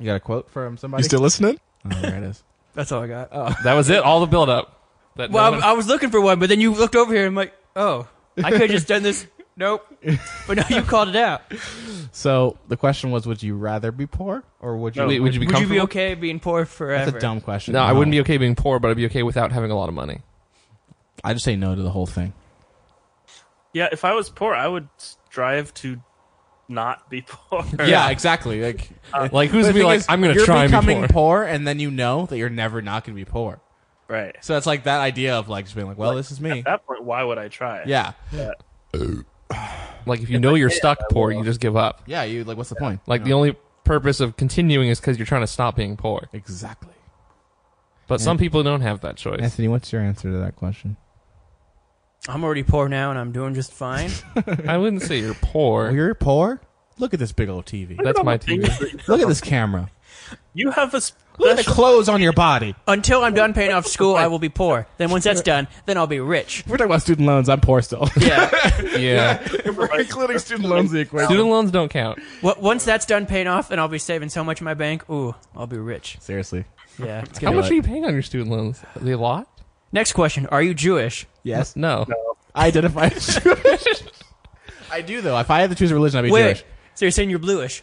Speaker 1: You got a quote from somebody?
Speaker 7: listening?
Speaker 1: oh, there it is.
Speaker 3: That's all I got. Oh.
Speaker 2: That was it. All the build up. That no
Speaker 3: well,
Speaker 2: one-
Speaker 3: I, I was looking for one, but then you looked over here and I'm like, oh, I could have just done this. Nope. But no, you called it out.
Speaker 1: So the question was, would you rather be poor or would you?
Speaker 2: Wait, would you be
Speaker 3: Would you
Speaker 2: comfortable?
Speaker 3: be okay being poor forever?
Speaker 1: That's a dumb question.
Speaker 2: No, I wouldn't be okay being poor, but I'd be okay without having a lot of money.
Speaker 1: I just say no to the whole thing.
Speaker 4: Yeah, if I was poor, I would strive to not be poor.
Speaker 1: Yeah, exactly. Like,
Speaker 2: Like who's
Speaker 1: the
Speaker 2: gonna be
Speaker 1: thing
Speaker 2: like,
Speaker 1: is,
Speaker 2: I'm gonna
Speaker 1: you're
Speaker 2: try and be
Speaker 1: becoming
Speaker 2: poor.
Speaker 1: poor, and then you know that you're never not gonna be poor.
Speaker 4: right.
Speaker 1: So it's like that idea of like just being like, well, this is me.
Speaker 4: At that point, why would I try?
Speaker 1: Yeah,
Speaker 2: Like if you know you're stuck poor, you just give up.
Speaker 1: yeah. You like, what's the point?
Speaker 2: Like
Speaker 1: You
Speaker 2: the
Speaker 1: know?
Speaker 2: only purpose of continuing is because you're trying to stop being poor.
Speaker 1: exactly.
Speaker 2: But some people don't have that choice.
Speaker 1: Anthony, what's your answer to that question?
Speaker 3: I'm already poor now and I'm doing just fine.
Speaker 2: I wouldn't say you're poor.
Speaker 1: Well, you're poor. Look at this big old TV.
Speaker 2: That's
Speaker 4: All
Speaker 2: my
Speaker 4: the
Speaker 2: TV.
Speaker 4: things that you-
Speaker 1: Look at this camera.
Speaker 4: You have a
Speaker 1: Look at the
Speaker 4: special.
Speaker 1: clothes on your body.
Speaker 3: Until I'm done paying off school, I will be poor. Then once that's done, then I'll be rich.
Speaker 1: We're talking about student loans. I'm poor still.
Speaker 3: Yeah.
Speaker 2: Yeah.
Speaker 1: We're including student loans in the equation.
Speaker 2: Student loans don't count.
Speaker 3: Wha- once that's done paying off, then I'll be saving so much in my bank. Ooh, I'll be rich.
Speaker 1: Seriously.
Speaker 3: Yeah. It's
Speaker 2: How
Speaker 3: gonna
Speaker 2: much are you paying on your student loans? A lot?
Speaker 3: Next question: Are you Jewish?
Speaker 1: Yes.
Speaker 2: No.
Speaker 1: I identify as Jewish. I do though. If I had to choose a religion, I'd be
Speaker 3: Wait.
Speaker 1: Jewish.
Speaker 3: So you're saying you're bluish?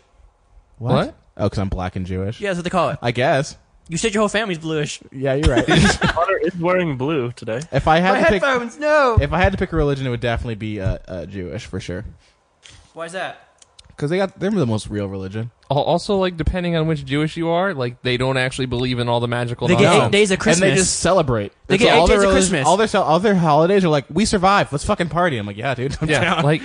Speaker 1: What? Oh, because I'm black and Jewish.
Speaker 3: Yeah, that's what they call it.
Speaker 1: I guess.
Speaker 3: You said your whole family's bluish.
Speaker 1: Yeah, you're right.
Speaker 4: Connor is wearing blue today.
Speaker 1: if I had
Speaker 3: My
Speaker 1: to pick,
Speaker 3: headphones, no.
Speaker 1: if I had to pick a religion, it would definitely be uh, uh, Jewish for sure.
Speaker 3: Why's that?
Speaker 1: Because they got they're the most real religion.
Speaker 2: Al- Also, like depending on which Jewish you are, like they don't actually believe in all the magical.
Speaker 3: They get
Speaker 2: nonsense.
Speaker 3: eight days of Christmas.
Speaker 1: and they just celebrate.
Speaker 3: They
Speaker 1: That's
Speaker 3: get eight
Speaker 1: all their
Speaker 3: days of
Speaker 1: religion-
Speaker 3: Christmas.
Speaker 1: All their cel- all their holidays are like, we survived. Let's fucking party. I'm like, yeah, dude. I'm
Speaker 2: Yeah,
Speaker 1: down.
Speaker 2: like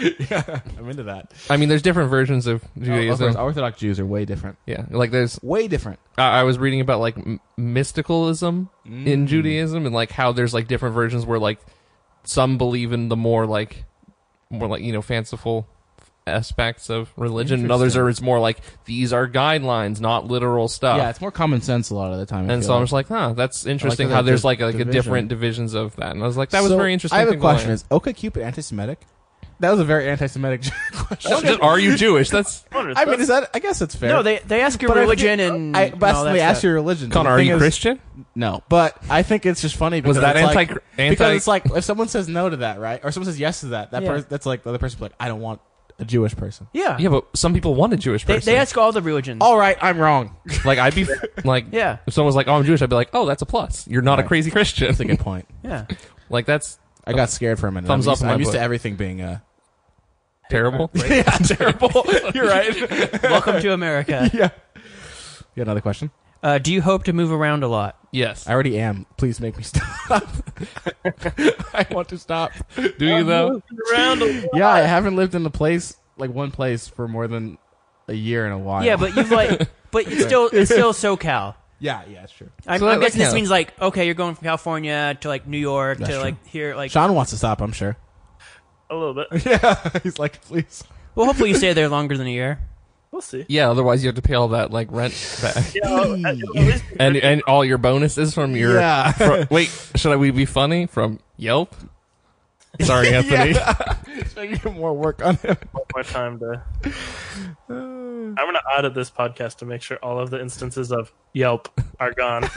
Speaker 1: I'm into that.
Speaker 2: I mean, there's different versions of
Speaker 1: Of
Speaker 2: Judaism.
Speaker 1: course, Orthodox Jews are way different.
Speaker 2: yeah, like there's
Speaker 1: Way different.
Speaker 2: I I was reading about like m- mysticalism
Speaker 1: Mm.
Speaker 2: in Judaism and like how there's like different versions where like some believe in the more like more like you know fanciful aspects of religion and others are it's more like these are guidelines not literal stuff
Speaker 1: yeah, it's more common sense a lot of the time. I
Speaker 2: and
Speaker 1: feel
Speaker 2: so i'm
Speaker 1: like.
Speaker 2: just like huh that's interesting
Speaker 1: that
Speaker 2: how
Speaker 1: there's
Speaker 2: there's
Speaker 1: a
Speaker 2: like like a
Speaker 1: division.
Speaker 2: different divisions of that and i was like that was
Speaker 1: So,
Speaker 2: very interesting
Speaker 1: I have a
Speaker 2: thing to learn.
Speaker 1: question: Is OK Cupid anti-Semitic? That was a very anti-Semitic question.
Speaker 2: Just- just, are you jewish that's
Speaker 4: Connor,
Speaker 1: I mean, is that? I guess it's fair.
Speaker 3: no, they they ask your
Speaker 1: But I
Speaker 3: religion
Speaker 1: think-
Speaker 3: and
Speaker 1: I, but
Speaker 3: and all that
Speaker 1: they ask
Speaker 3: stuff.
Speaker 1: your religion.
Speaker 2: connor
Speaker 1: The
Speaker 2: are
Speaker 1: thing
Speaker 2: you
Speaker 1: is-
Speaker 2: christian
Speaker 1: No, but I think it's just funny because
Speaker 2: Was that
Speaker 1: it's like-
Speaker 2: anti-
Speaker 1: because
Speaker 2: anti-
Speaker 1: it's like if someone says no to that, right, or someone says yes to that, that
Speaker 3: Yeah.
Speaker 1: person that's like the other person's like, I don't want a Jewish person.
Speaker 3: yeah.
Speaker 2: yeah but some people want a jewish
Speaker 3: they,
Speaker 2: person
Speaker 3: they ask all the religions.
Speaker 1: All right, I'm wrong.
Speaker 2: like i'd be f- like
Speaker 3: Yeah.
Speaker 2: if someone was like oh i'm jewish i'd be like oh that's a plus you're not a
Speaker 1: Right.
Speaker 2: crazy christian
Speaker 1: That's a good point.
Speaker 3: yeah.
Speaker 2: Like that's
Speaker 1: I got scared for a minute.
Speaker 2: Thumbs
Speaker 1: I'm
Speaker 2: up
Speaker 1: used,
Speaker 2: in my
Speaker 1: I'm used to
Speaker 2: book.
Speaker 1: everything being uh,
Speaker 2: terrible.
Speaker 1: terrible. You're right.
Speaker 3: Welcome to America.
Speaker 1: yeah. You got another question?
Speaker 3: Uh, do you hope to move around a lot?
Speaker 2: yes.
Speaker 1: I already am. Please make me stop. I want to stop.
Speaker 2: Do you though?
Speaker 4: Round of-
Speaker 1: Yeah, I haven't lived in a place like one place for more than a year and a while.
Speaker 3: Yeah, but you've like, but it's still it's still SoCal.
Speaker 1: yeah, yeah, it's true.
Speaker 3: I'm,
Speaker 2: So that-
Speaker 3: I'm guessing
Speaker 2: that counts.
Speaker 3: this means like okay, you're going from California to like New York
Speaker 1: That's
Speaker 3: to
Speaker 1: true.
Speaker 3: like here like.
Speaker 1: Sean wants to stop. I'm sure.
Speaker 4: a little bit.
Speaker 1: Yeah, he's like, please.
Speaker 3: Well, hopefully you stay there longer than a year.
Speaker 4: We'll see.
Speaker 2: Yeah. Otherwise, you have to pay all that like rent back
Speaker 4: Yeah, I'll- at least-
Speaker 2: and and all your bonuses from your.
Speaker 1: Yeah.
Speaker 2: fro- wait, should I we be funny from Yelp? Sorry, Anthony.
Speaker 1: It's making more work on him.
Speaker 4: one more time to. I'm gonna audit this podcast to make sure all of the instances of Yelp are gone.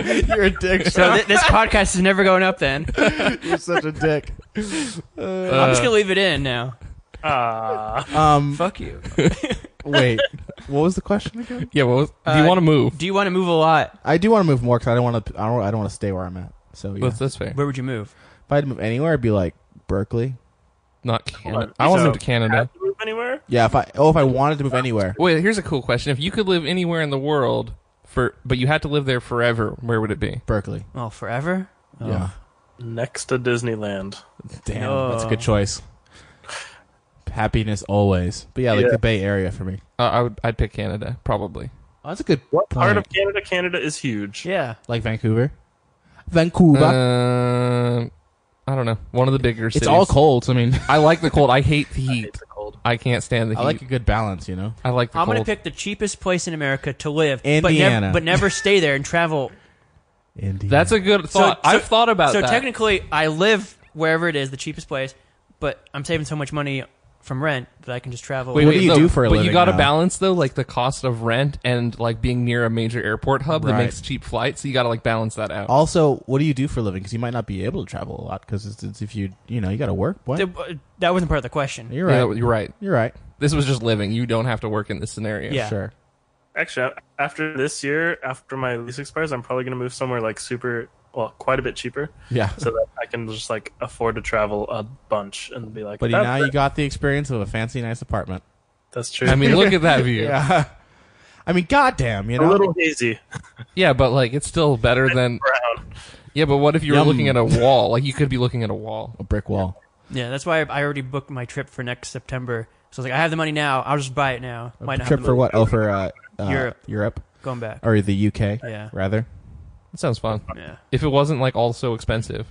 Speaker 1: You're a dick.
Speaker 3: So th- this podcast is never going up. Then
Speaker 2: Uh,
Speaker 1: You're such a dick.
Speaker 3: I'm just gonna leave it in now.
Speaker 4: Ah,
Speaker 1: Um,
Speaker 3: Fuck you.
Speaker 1: wait. What was the question again?
Speaker 2: Yeah. Well, do
Speaker 3: Uh,
Speaker 2: you want to move?
Speaker 3: Do you want to move a lot?
Speaker 1: I do want to move more because I don't want to. I don't. I don't want to stay where I'm at. So yeah.
Speaker 2: That's, that's fair.
Speaker 3: Where would you move?
Speaker 1: if I had to move anywhere, I'd be like Berkeley.
Speaker 2: Not Canada.
Speaker 4: on.
Speaker 2: I want to
Speaker 4: So- uh,
Speaker 2: move to Canada.
Speaker 4: have to move anywhere?
Speaker 1: Yeah. If I oh, if I wanted to move anywhere,
Speaker 2: Wait. Here's a cool question. If you could live anywhere in the world for, but you had to live there forever, where would it be?
Speaker 1: Berkeley.
Speaker 3: Oh, forever? Oh.
Speaker 1: Yeah.
Speaker 4: Next to Disneyland.
Speaker 1: Damn,
Speaker 3: No.
Speaker 1: that's a good choice. Happiness always. But yeah, like
Speaker 4: Yeah.
Speaker 1: the Bay Area for me.
Speaker 2: Uh, I would. I'd pick Canada probably.
Speaker 1: Oh, that's a good
Speaker 4: What part
Speaker 1: point.
Speaker 4: of Canada? Canada is huge.
Speaker 3: Yeah.
Speaker 1: like Vancouver? Vancouver.
Speaker 2: Um. I don't know. One of the bigger
Speaker 1: it's
Speaker 2: cities.
Speaker 1: all cold. So, I mean,
Speaker 2: I like the cold. I hate the heat.
Speaker 4: It's cold.
Speaker 2: I can't stand the heat.
Speaker 1: I like a good balance. You know,
Speaker 2: I like the
Speaker 3: I'm
Speaker 2: cold.
Speaker 3: gonna pick the cheapest place in America to live, but
Speaker 1: Indiana.
Speaker 3: never but never stay there and travel.
Speaker 1: Indeed.
Speaker 2: That's a good thought.
Speaker 3: so-
Speaker 2: I've thought about
Speaker 3: so
Speaker 2: that.
Speaker 3: technically, I live wherever it is, the cheapest place, but I'm saving so much money from rent that I can just travel.
Speaker 1: Wait, What do you
Speaker 2: though,
Speaker 1: do for a
Speaker 2: But you
Speaker 1: living
Speaker 2: gotta
Speaker 1: now?
Speaker 2: balance though, like the cost of rent and like being near a major airport hub that
Speaker 1: Right.
Speaker 2: makes cheap flights. So you gotta like balance that out.
Speaker 1: also, what do you do for a living? Because you might not be able to travel a lot. Because it's, it's if you you know you got to work. Boy,
Speaker 3: Th- uh, that wasn't part of the question.
Speaker 1: you're
Speaker 2: Yeah,
Speaker 1: right.
Speaker 2: you're right.
Speaker 1: You're right.
Speaker 2: This was just living. You don't have to work in this scenario.
Speaker 3: Yeah.
Speaker 1: Sure.
Speaker 4: Actually, a- after this year, after my lease expires, I'm probably gonna move somewhere like super, well, quite a bit cheaper,
Speaker 1: Yeah.
Speaker 4: so that I can just like afford to travel a bunch and be like.
Speaker 1: But
Speaker 4: "That's
Speaker 1: now
Speaker 4: it."
Speaker 1: you got the experience of a fancy, nice apartment.
Speaker 4: That's true.
Speaker 2: I mean, look at that view. yeah.
Speaker 1: Yeah. I mean, goddamn, you
Speaker 4: a
Speaker 1: know.
Speaker 4: little hazy.
Speaker 2: but like it's still better than.
Speaker 4: Brown.
Speaker 2: Yeah, but what if you were
Speaker 1: Yum.
Speaker 2: looking at a wall? Like you could be looking at a wall.
Speaker 1: a brick wall.
Speaker 3: Yeah, that's why I already booked my trip for next September. So I was like, I have the money now. I'll just buy it now. Might not have
Speaker 1: Trip
Speaker 3: the
Speaker 1: for
Speaker 3: money
Speaker 1: what? Oh, for uh, uh,
Speaker 3: Europe.
Speaker 1: Europe
Speaker 3: Going back.
Speaker 1: or the UK?
Speaker 3: Yeah.
Speaker 1: Rather.
Speaker 2: That sounds fun.
Speaker 3: Yeah.
Speaker 2: If it wasn't like all so expensive,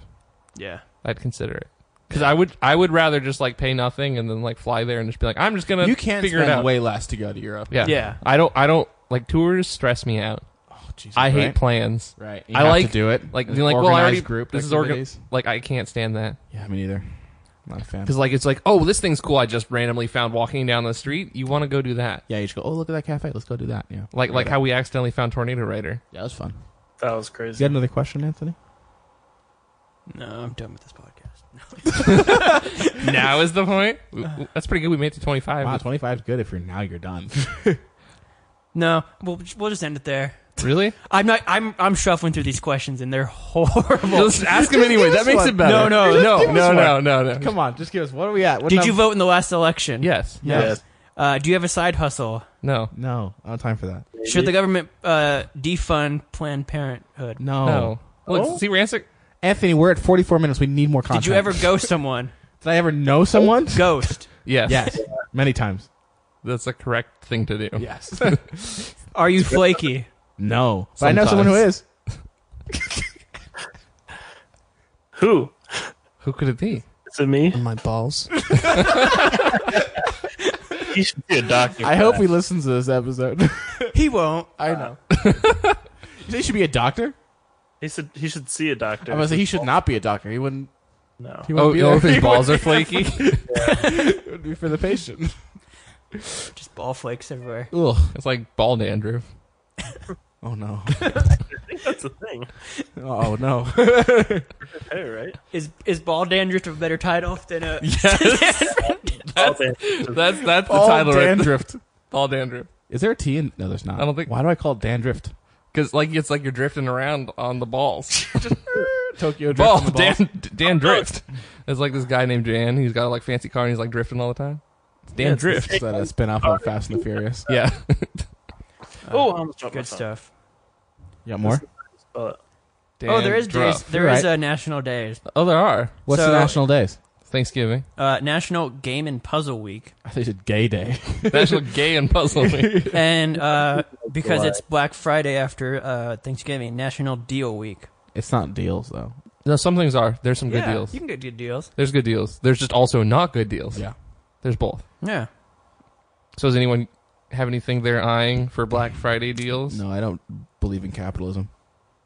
Speaker 3: Yeah.
Speaker 2: I'd consider it. Because I would, I would rather just like pay nothing and then like fly there and just be like, I'm just gonna
Speaker 1: You can't
Speaker 2: figure it
Speaker 1: spend
Speaker 2: out.
Speaker 1: way less to go to Europe.
Speaker 2: Yeah.
Speaker 3: Yeah.
Speaker 2: I don't I don't like tours stress me out.
Speaker 1: Oh, Jesus,
Speaker 2: I
Speaker 1: right?
Speaker 2: hate plans.
Speaker 1: Right.
Speaker 2: I like
Speaker 1: to do it.
Speaker 2: Like
Speaker 1: An
Speaker 2: being like, well, I
Speaker 1: organized
Speaker 2: already
Speaker 1: group.
Speaker 2: this is organ
Speaker 1: organized.
Speaker 2: like I can't stand that.
Speaker 1: Yeah, me neither. Not a fan.
Speaker 2: Cuz like it's like, oh, this thing's cool I just randomly found walking down the street. You want to go do that.
Speaker 1: Yeah, you just go. Oh, look at that cafe. Let's go do that. Yeah.
Speaker 2: Like like how we accidentally found Tornado Rider.
Speaker 1: Yeah, that was fun.
Speaker 4: That was
Speaker 1: You
Speaker 4: crazy.
Speaker 1: got another question, Anthony?
Speaker 3: No, I'm done with this podcast.
Speaker 2: now is the point. We- we- That's pretty good. We made it to 25.
Speaker 1: Wow, twenty five is good. If you're now, you're done.
Speaker 3: No, we'll we'll just end it there.
Speaker 2: Really?
Speaker 3: I'm not. I'm I'm shuffling through these questions and they're horrible.
Speaker 2: Just ask him anyway. That makes it
Speaker 1: No,
Speaker 2: better.
Speaker 1: no,
Speaker 2: no,
Speaker 1: just give us
Speaker 2: no, no,
Speaker 1: one.
Speaker 2: no, no.
Speaker 1: Come on, just give us. What are we at? What
Speaker 3: Did
Speaker 1: num-
Speaker 3: you vote in the last election?
Speaker 2: Yes.
Speaker 1: Yes.
Speaker 3: Uh, do you have a side hustle?
Speaker 2: No.
Speaker 1: No, I don't have time for that.
Speaker 3: Should the government uh, defund Planned Parenthood?
Speaker 1: No.
Speaker 2: No. Look, see Rancic.
Speaker 1: Anthony, we're at 44 minutes. We need more content.
Speaker 3: Did you ever ghost someone?
Speaker 1: Did I ever
Speaker 2: Oh,
Speaker 1: know someone?
Speaker 3: Ghost.
Speaker 2: Yes.
Speaker 1: Yes, many times.
Speaker 2: That's the correct thing to do.
Speaker 1: Yes.
Speaker 3: Are you flaky?
Speaker 1: no, but I know someone who
Speaker 2: Sometimes.
Speaker 1: is.
Speaker 4: Who?
Speaker 2: Who could it be?
Speaker 4: Is it me?
Speaker 5: on my balls.
Speaker 4: He should be a doctor.
Speaker 1: I hope he listens to this episode.
Speaker 3: He won't.
Speaker 1: I know. he should be a doctor.
Speaker 4: He should. He should see a doctor.
Speaker 1: I was like, he should not be a doctor. He wouldn't.
Speaker 4: no.
Speaker 1: He
Speaker 2: Oh,
Speaker 1: wouldn't be
Speaker 2: oh, if
Speaker 1: there.
Speaker 2: his balls are flaky.
Speaker 1: It would be for the patient.
Speaker 3: Just ball flakes everywhere.
Speaker 1: Ugh.
Speaker 2: it's like ball dandruff.
Speaker 1: Oh no.
Speaker 4: I think that's a thing.
Speaker 1: Oh no.
Speaker 4: Hey, right?
Speaker 3: Is is ball dandruff a better title than a?
Speaker 4: Okay.
Speaker 2: That's that's
Speaker 1: Ball
Speaker 2: the title. right?
Speaker 1: dandruff.
Speaker 2: Ball dandruff.
Speaker 1: Is there a T in? No, there's not.
Speaker 2: I don't think-
Speaker 1: Why do I call it dandrift?
Speaker 2: Because like it's like you're drifting around on the balls.
Speaker 1: Tokyo drift.
Speaker 2: Ball
Speaker 1: on the balls.
Speaker 2: Dan Dan drift. It's like this guy named Jan. He's got a like fancy car and he's like drifting all the time. It's Dan drift.
Speaker 1: Is that a spin-off of Fast and the Furious?
Speaker 2: Yeah.
Speaker 4: oh, I almost dropped my
Speaker 3: Good
Speaker 4: phone.
Speaker 3: stuff.
Speaker 1: You got more?
Speaker 4: Uh,
Speaker 3: oh, there is days.
Speaker 2: drift.
Speaker 3: There
Speaker 1: You're
Speaker 3: is
Speaker 1: right.
Speaker 3: uh, national days.
Speaker 2: Oh, there are.
Speaker 1: What's
Speaker 3: So-
Speaker 1: the national days?
Speaker 2: Thanksgiving.
Speaker 3: Uh, national Game and Puzzle Week,
Speaker 1: I thought you said Gay Day.
Speaker 2: That's what gay and puzzling.
Speaker 3: and uh, because it's Black Friday after uh, Thanksgiving, National Deal Week.
Speaker 1: it's not deals though.
Speaker 2: no, some things are. There's some good
Speaker 3: yeah,
Speaker 2: deals.
Speaker 3: you can get good deals.
Speaker 2: There's good deals. There's just also not good deals.
Speaker 1: Yeah.
Speaker 2: There's both.
Speaker 3: Yeah.
Speaker 2: So does anyone have anything they're eyeing for Black Friday deals?
Speaker 1: No, I don't believe in capitalism.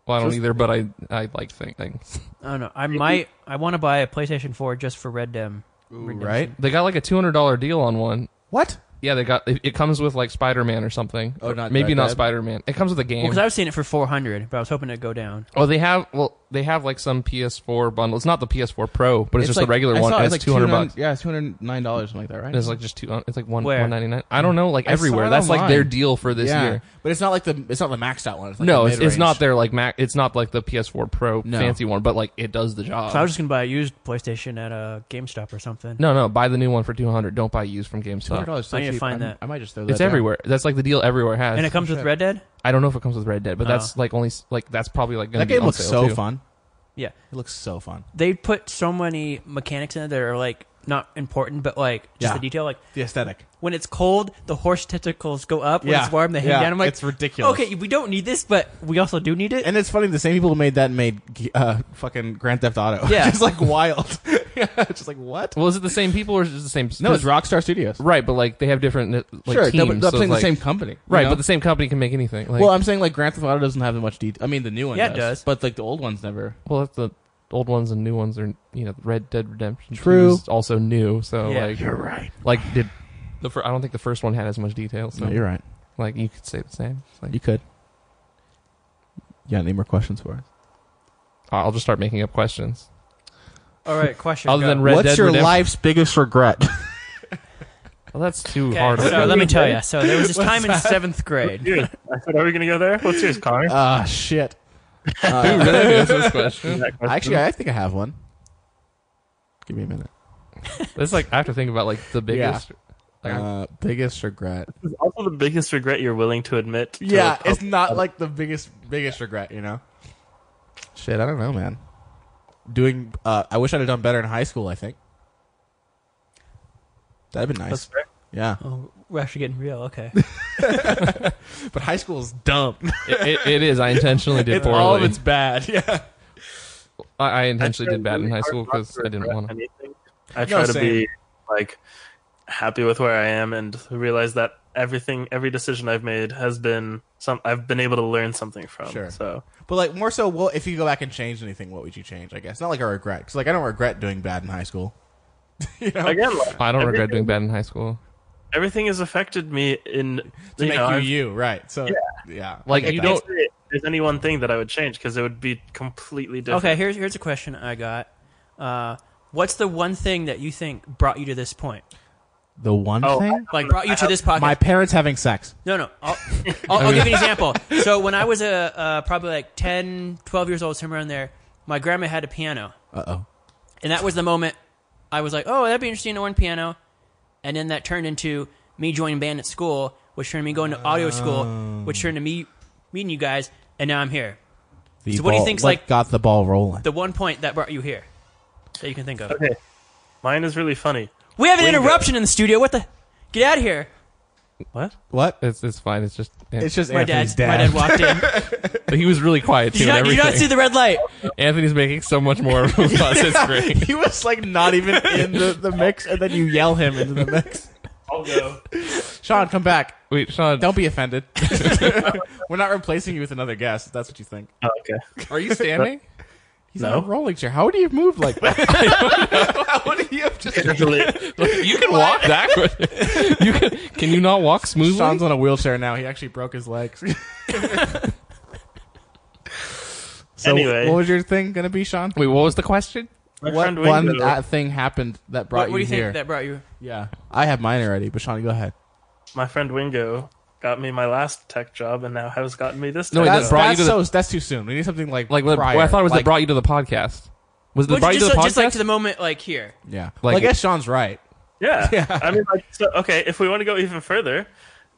Speaker 2: Well, I don't either, but I I like think- things.
Speaker 3: I don't know. I might. I want to buy a PlayStation 4 just for Red Dem. Redemption.
Speaker 1: right?
Speaker 2: They got like a two hundred dollar deal on one.
Speaker 1: What?
Speaker 2: Yeah, they got it, it comes with like Spider Man or something.
Speaker 1: Oh, not
Speaker 2: maybe
Speaker 1: Red
Speaker 2: not
Speaker 1: Dead?
Speaker 2: Spider Man. It comes with a game.
Speaker 3: Because I've seen it for 400, but I was hoping it'd go down.
Speaker 2: oh, they have well, they have like some PS4 bundle. It's not the PS4 Pro, but it's, just
Speaker 1: like-
Speaker 2: the regular
Speaker 1: I
Speaker 2: one.
Speaker 1: saw it
Speaker 2: and it's
Speaker 1: was like
Speaker 2: two hundred bucks.
Speaker 1: Yeah, it's two hundred nine dollars, something like that, right?
Speaker 2: And It's like just two. It's like one
Speaker 3: Where?
Speaker 2: one ninety nine. I don't know. Like
Speaker 1: I saw
Speaker 2: everywhere.
Speaker 1: it
Speaker 2: That's like their
Speaker 1: online.
Speaker 2: deal for this
Speaker 1: yeah,
Speaker 2: year.
Speaker 1: but it's not like the it's not the maxed out one. It's like
Speaker 2: no,
Speaker 1: the
Speaker 2: it's, it's
Speaker 1: mid-range.
Speaker 2: not their like Mac. It's not like the PS4 Pro
Speaker 1: No.
Speaker 2: fancy one, but like it does the job.
Speaker 3: So I was just gonna buy a used PlayStation at a GameStop or something.
Speaker 2: Oh. no, no, buy the new one for two hundred. Don't buy used from
Speaker 1: Two hundred
Speaker 2: GameStop.
Speaker 1: dollars.
Speaker 3: I need to find
Speaker 1: I'm-
Speaker 3: that.
Speaker 1: I might just throw that.
Speaker 2: It's
Speaker 1: down.
Speaker 2: everywhere. That's like the deal everywhere has.
Speaker 3: and it comes with Red Dead.
Speaker 2: I don't know if it comes with Red Dead, but
Speaker 3: Oh.
Speaker 2: that's like only s- like that's probably like gonna
Speaker 1: That
Speaker 2: be
Speaker 1: game
Speaker 2: on
Speaker 1: looks
Speaker 2: sale,
Speaker 1: so
Speaker 2: too.
Speaker 1: fun.
Speaker 3: Yeah,
Speaker 1: It looks so fun.
Speaker 3: they put so many mechanics in it that are like not important, but like just
Speaker 1: Yeah.
Speaker 3: the detail. Like
Speaker 1: The aesthetic.
Speaker 3: when it's cold, the horse testicles go up. When
Speaker 1: Yeah.
Speaker 3: it's warm, they hang
Speaker 1: Yeah.
Speaker 3: down. I'm like,
Speaker 1: It's ridiculous.
Speaker 3: Okay, we don't need this, but we also do need it.
Speaker 1: And it's funny. The same people who made that made uh, fucking Grand Theft Auto.
Speaker 3: Yeah.
Speaker 1: it's like wild. yeah, it's just like what?
Speaker 2: Well, is it the same people or is it the same?
Speaker 1: No, it's
Speaker 2: 'cause-
Speaker 1: Rockstar Studios.
Speaker 2: right, but like they have different uh, like
Speaker 1: sure,
Speaker 2: teams.
Speaker 1: no, but I'm
Speaker 2: so
Speaker 1: saying
Speaker 2: it's, like-
Speaker 1: the same company, you
Speaker 2: Right,
Speaker 1: know?
Speaker 2: but the same company can make anything. Like,
Speaker 1: well,
Speaker 2: well,
Speaker 1: I'm saying like Grand Theft Auto doesn't have that much detail. I mean, the new one.
Speaker 3: Yeah, it
Speaker 1: does,
Speaker 3: does.
Speaker 1: but like the old ones never.
Speaker 2: that's the old ones and new ones are you know Red Dead Redemption. 2
Speaker 1: True.
Speaker 2: is also new. So
Speaker 3: Yeah.
Speaker 2: like
Speaker 7: You're right.
Speaker 2: like did the fir- I don't think the first one had as much detail. So
Speaker 1: No, you're right.
Speaker 2: like you could say the same. It's like,
Speaker 1: You could. You got any more questions for us?
Speaker 2: I'll just start making up questions.
Speaker 3: All right, question.
Speaker 2: Other
Speaker 3: go.
Speaker 2: than Red
Speaker 7: What's
Speaker 2: Dead
Speaker 7: your
Speaker 2: Redemption.
Speaker 7: life's biggest regret?
Speaker 2: Well, that's too
Speaker 3: Okay,
Speaker 2: hard.
Speaker 3: so let me tell you. So there was this time in seventh grade.
Speaker 4: dude, I said, are we gonna go there? What's yours, Connor?
Speaker 1: Ah, shit. Uh,
Speaker 2: Who really answers this question?
Speaker 4: That question.
Speaker 1: Actually, I think I have one. Give me a minute.
Speaker 2: It's like I have to think about like the biggest. Like, I-
Speaker 1: Uh, biggest regret.
Speaker 4: This is also the biggest regret you're willing to admit. To
Speaker 1: Yeah,
Speaker 4: a pub-
Speaker 1: it's not like the biggest biggest regret, you know. Shit, I don't know, man. Doing, uh, I wish I'd have done better in high school. I think that'd been
Speaker 4: That's
Speaker 1: nice.
Speaker 4: fair.
Speaker 1: Yeah,
Speaker 3: Oh, we're actually getting real. Okay.
Speaker 1: but high school is dumb.
Speaker 2: it, it, it is. I intentionally did
Speaker 1: It's-
Speaker 2: poorly.
Speaker 1: all of it's bad. Yeah.
Speaker 2: I, I intentionally
Speaker 4: tried
Speaker 2: did bad in
Speaker 4: really
Speaker 2: high
Speaker 4: hard
Speaker 2: school
Speaker 4: not
Speaker 2: because
Speaker 4: to
Speaker 2: I didn't
Speaker 4: regret
Speaker 2: want to.
Speaker 4: anything. I try to be like happy with where I am and realize that everything, every decision I've made has been some. I've been able to learn something from.
Speaker 1: Sure.
Speaker 4: So
Speaker 1: But like more so, well, if you go back and change anything, what would you change? I guess not like a regret, because like I don't regret doing bad in high school. you know,
Speaker 4: again, like,
Speaker 2: I don't regret doing
Speaker 4: everything-
Speaker 2: bad in high school.
Speaker 4: Everything has affected me in
Speaker 1: to
Speaker 4: you
Speaker 1: make
Speaker 4: know,
Speaker 1: you
Speaker 4: I've-
Speaker 1: you, right? So yeah,
Speaker 2: Like
Speaker 1: I get
Speaker 2: you
Speaker 1: that.
Speaker 2: don't.
Speaker 4: I'd say There's any one thing that I would change because it would be completely different.
Speaker 3: Okay, here's here's a question I got. Uh, what's the one thing that you think brought you to this point?
Speaker 1: The one
Speaker 4: Oh, I-
Speaker 1: thing?
Speaker 3: Like brought you to this podcast.
Speaker 1: My parents having sex.
Speaker 3: No, no. I'll, I'll, I'll give you an example. So when I was uh, uh, probably like 10, 12 years old, somewhere in there, my grandma had a piano.
Speaker 1: Uh oh.
Speaker 3: And that was the moment I was like, oh, that'd be interesting to learn piano. And then that turned into me joining band at school, which turned me going to audio school, which turned to me meeting you guys. And now I'm here. So what do you think's like-
Speaker 1: got the ball rolling?
Speaker 3: The one point that brought you here that you can think of.
Speaker 4: Okay. Mine is really funny.
Speaker 3: We have an
Speaker 4: Window.
Speaker 3: interruption in the studio. What the? Get out of here.
Speaker 4: What?
Speaker 1: what?
Speaker 2: It's it's fine. It's just yeah.
Speaker 1: It's just
Speaker 3: My
Speaker 1: Anthony's
Speaker 3: dad, my dad walked in.
Speaker 2: he was really quiet
Speaker 3: Did
Speaker 2: too.
Speaker 3: you,
Speaker 2: and
Speaker 3: not, did you
Speaker 2: everything.
Speaker 3: not see the red light?
Speaker 2: Anthony's making so much more of a fuss. It's great.
Speaker 1: he was like not even in the, the mix, and then you yell him into the mix.
Speaker 4: I'll go.
Speaker 1: Sean, come back.
Speaker 2: Wait, Sean.
Speaker 1: Don't be offended. We're not replacing you with another guest. If that's what you think.
Speaker 4: Oh, okay.
Speaker 2: Are you standing?
Speaker 1: He's
Speaker 4: No.
Speaker 1: on a rolling chair. How would he have moved like that? How would he have just?
Speaker 2: you can walk backwards. you can. Can you not walk smoothly?
Speaker 1: Sean's on a wheelchair now. He actually broke his legs. so,
Speaker 4: Anyway.
Speaker 1: what was your thing gonna be, Sean?
Speaker 2: Wait, what was the question?
Speaker 4: My
Speaker 1: What
Speaker 4: friend
Speaker 1: one
Speaker 4: Wingo-
Speaker 1: uh, thing happened that brought
Speaker 3: What, what do
Speaker 1: you
Speaker 3: you
Speaker 1: here?
Speaker 3: think that brought you?
Speaker 1: yeah, I have mine already, but Sean, go ahead.
Speaker 4: my friend Wingo got me my last tech job and now has gotten me this
Speaker 2: No,
Speaker 4: tech
Speaker 2: wait,
Speaker 1: That's,
Speaker 2: brought you
Speaker 1: that's
Speaker 2: to the-
Speaker 1: so. That's too soon. We need something like
Speaker 2: Like, what,
Speaker 1: prior.
Speaker 2: well, I thought it was
Speaker 1: like,
Speaker 2: that brought you to the podcast. Was it
Speaker 3: Well,
Speaker 2: brought you to
Speaker 3: just,
Speaker 2: the podcast?
Speaker 3: just like to the moment, like here.
Speaker 1: Yeah,
Speaker 2: Like-
Speaker 1: well, I guess Sean's right.
Speaker 4: Yeah. I mean, like, so, okay, if we want to go even further,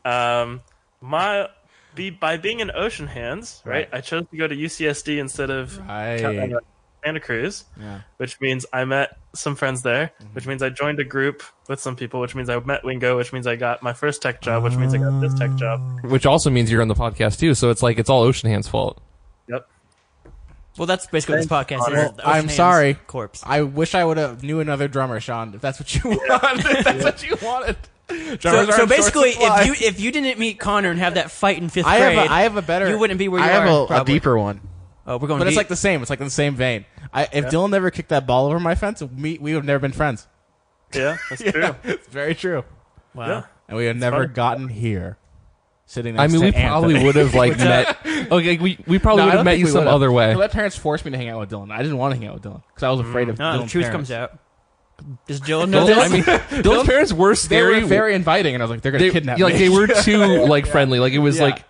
Speaker 4: um, my be, by being in Ocean Hands, right, I chose to go to UCSD instead of
Speaker 1: Right.
Speaker 4: Ca- uh, Santa Cruz,
Speaker 1: Yeah.
Speaker 4: which means I met some friends there, which means I joined a group with some people, which means I met Wingo, which means I got my first tech job, which means I got this tech job.
Speaker 2: which also means you're on the podcast too. So it's like it's all Ocean Hand's fault.
Speaker 4: Yep.
Speaker 3: Well, that's basically what this podcast. is.
Speaker 4: Well,
Speaker 3: The Ocean
Speaker 1: I'm
Speaker 3: Hands
Speaker 1: sorry.
Speaker 3: corpse.
Speaker 1: I wish I would have knew another drummer, Sean. If that's what you wanted, if that's what you wanted. Drummers
Speaker 3: So,
Speaker 1: are
Speaker 3: so
Speaker 1: in short
Speaker 3: basically,
Speaker 1: supply.
Speaker 3: if you if you didn't meet Connor and have that fight in fifth
Speaker 1: I
Speaker 3: grade,
Speaker 1: have a, I have a better.
Speaker 3: you wouldn't be where you
Speaker 5: I have
Speaker 3: are.
Speaker 5: a, a
Speaker 3: probably.
Speaker 5: deeper one.
Speaker 3: Oh, we're going.
Speaker 1: But it's
Speaker 3: deep.
Speaker 1: like the same. It's like in the same vein. I, if Dylan never kicked that ball over my fence, me, we would have never been friends.
Speaker 4: Yeah, that's true.
Speaker 1: it's very true.
Speaker 3: wow.
Speaker 4: Yeah.
Speaker 1: And we have never gotten here, sitting.
Speaker 2: I
Speaker 1: Next
Speaker 2: mean, we
Speaker 1: to Anthony.
Speaker 2: probably would have like met. Okay, like, we we
Speaker 1: No,
Speaker 2: probably
Speaker 1: I
Speaker 2: would
Speaker 1: don't
Speaker 2: have met
Speaker 1: think
Speaker 2: you
Speaker 1: we
Speaker 2: some
Speaker 1: would've.
Speaker 2: other way.
Speaker 1: No, my parents forced me to hang out with Dylan. I didn't want to hang out with Dylan because I was afraid of.
Speaker 3: No,
Speaker 1: Dylan
Speaker 3: the truth
Speaker 1: parents.
Speaker 3: comes out. Does Dylan know
Speaker 2: Those,
Speaker 3: this?
Speaker 2: I mean, those parents were
Speaker 1: They
Speaker 2: scary.
Speaker 1: were very inviting, and I was like, "They're gonna
Speaker 2: They-
Speaker 1: kidnap
Speaker 2: like
Speaker 1: me."
Speaker 2: they were too like friendly. Like it was
Speaker 1: Yeah.
Speaker 2: like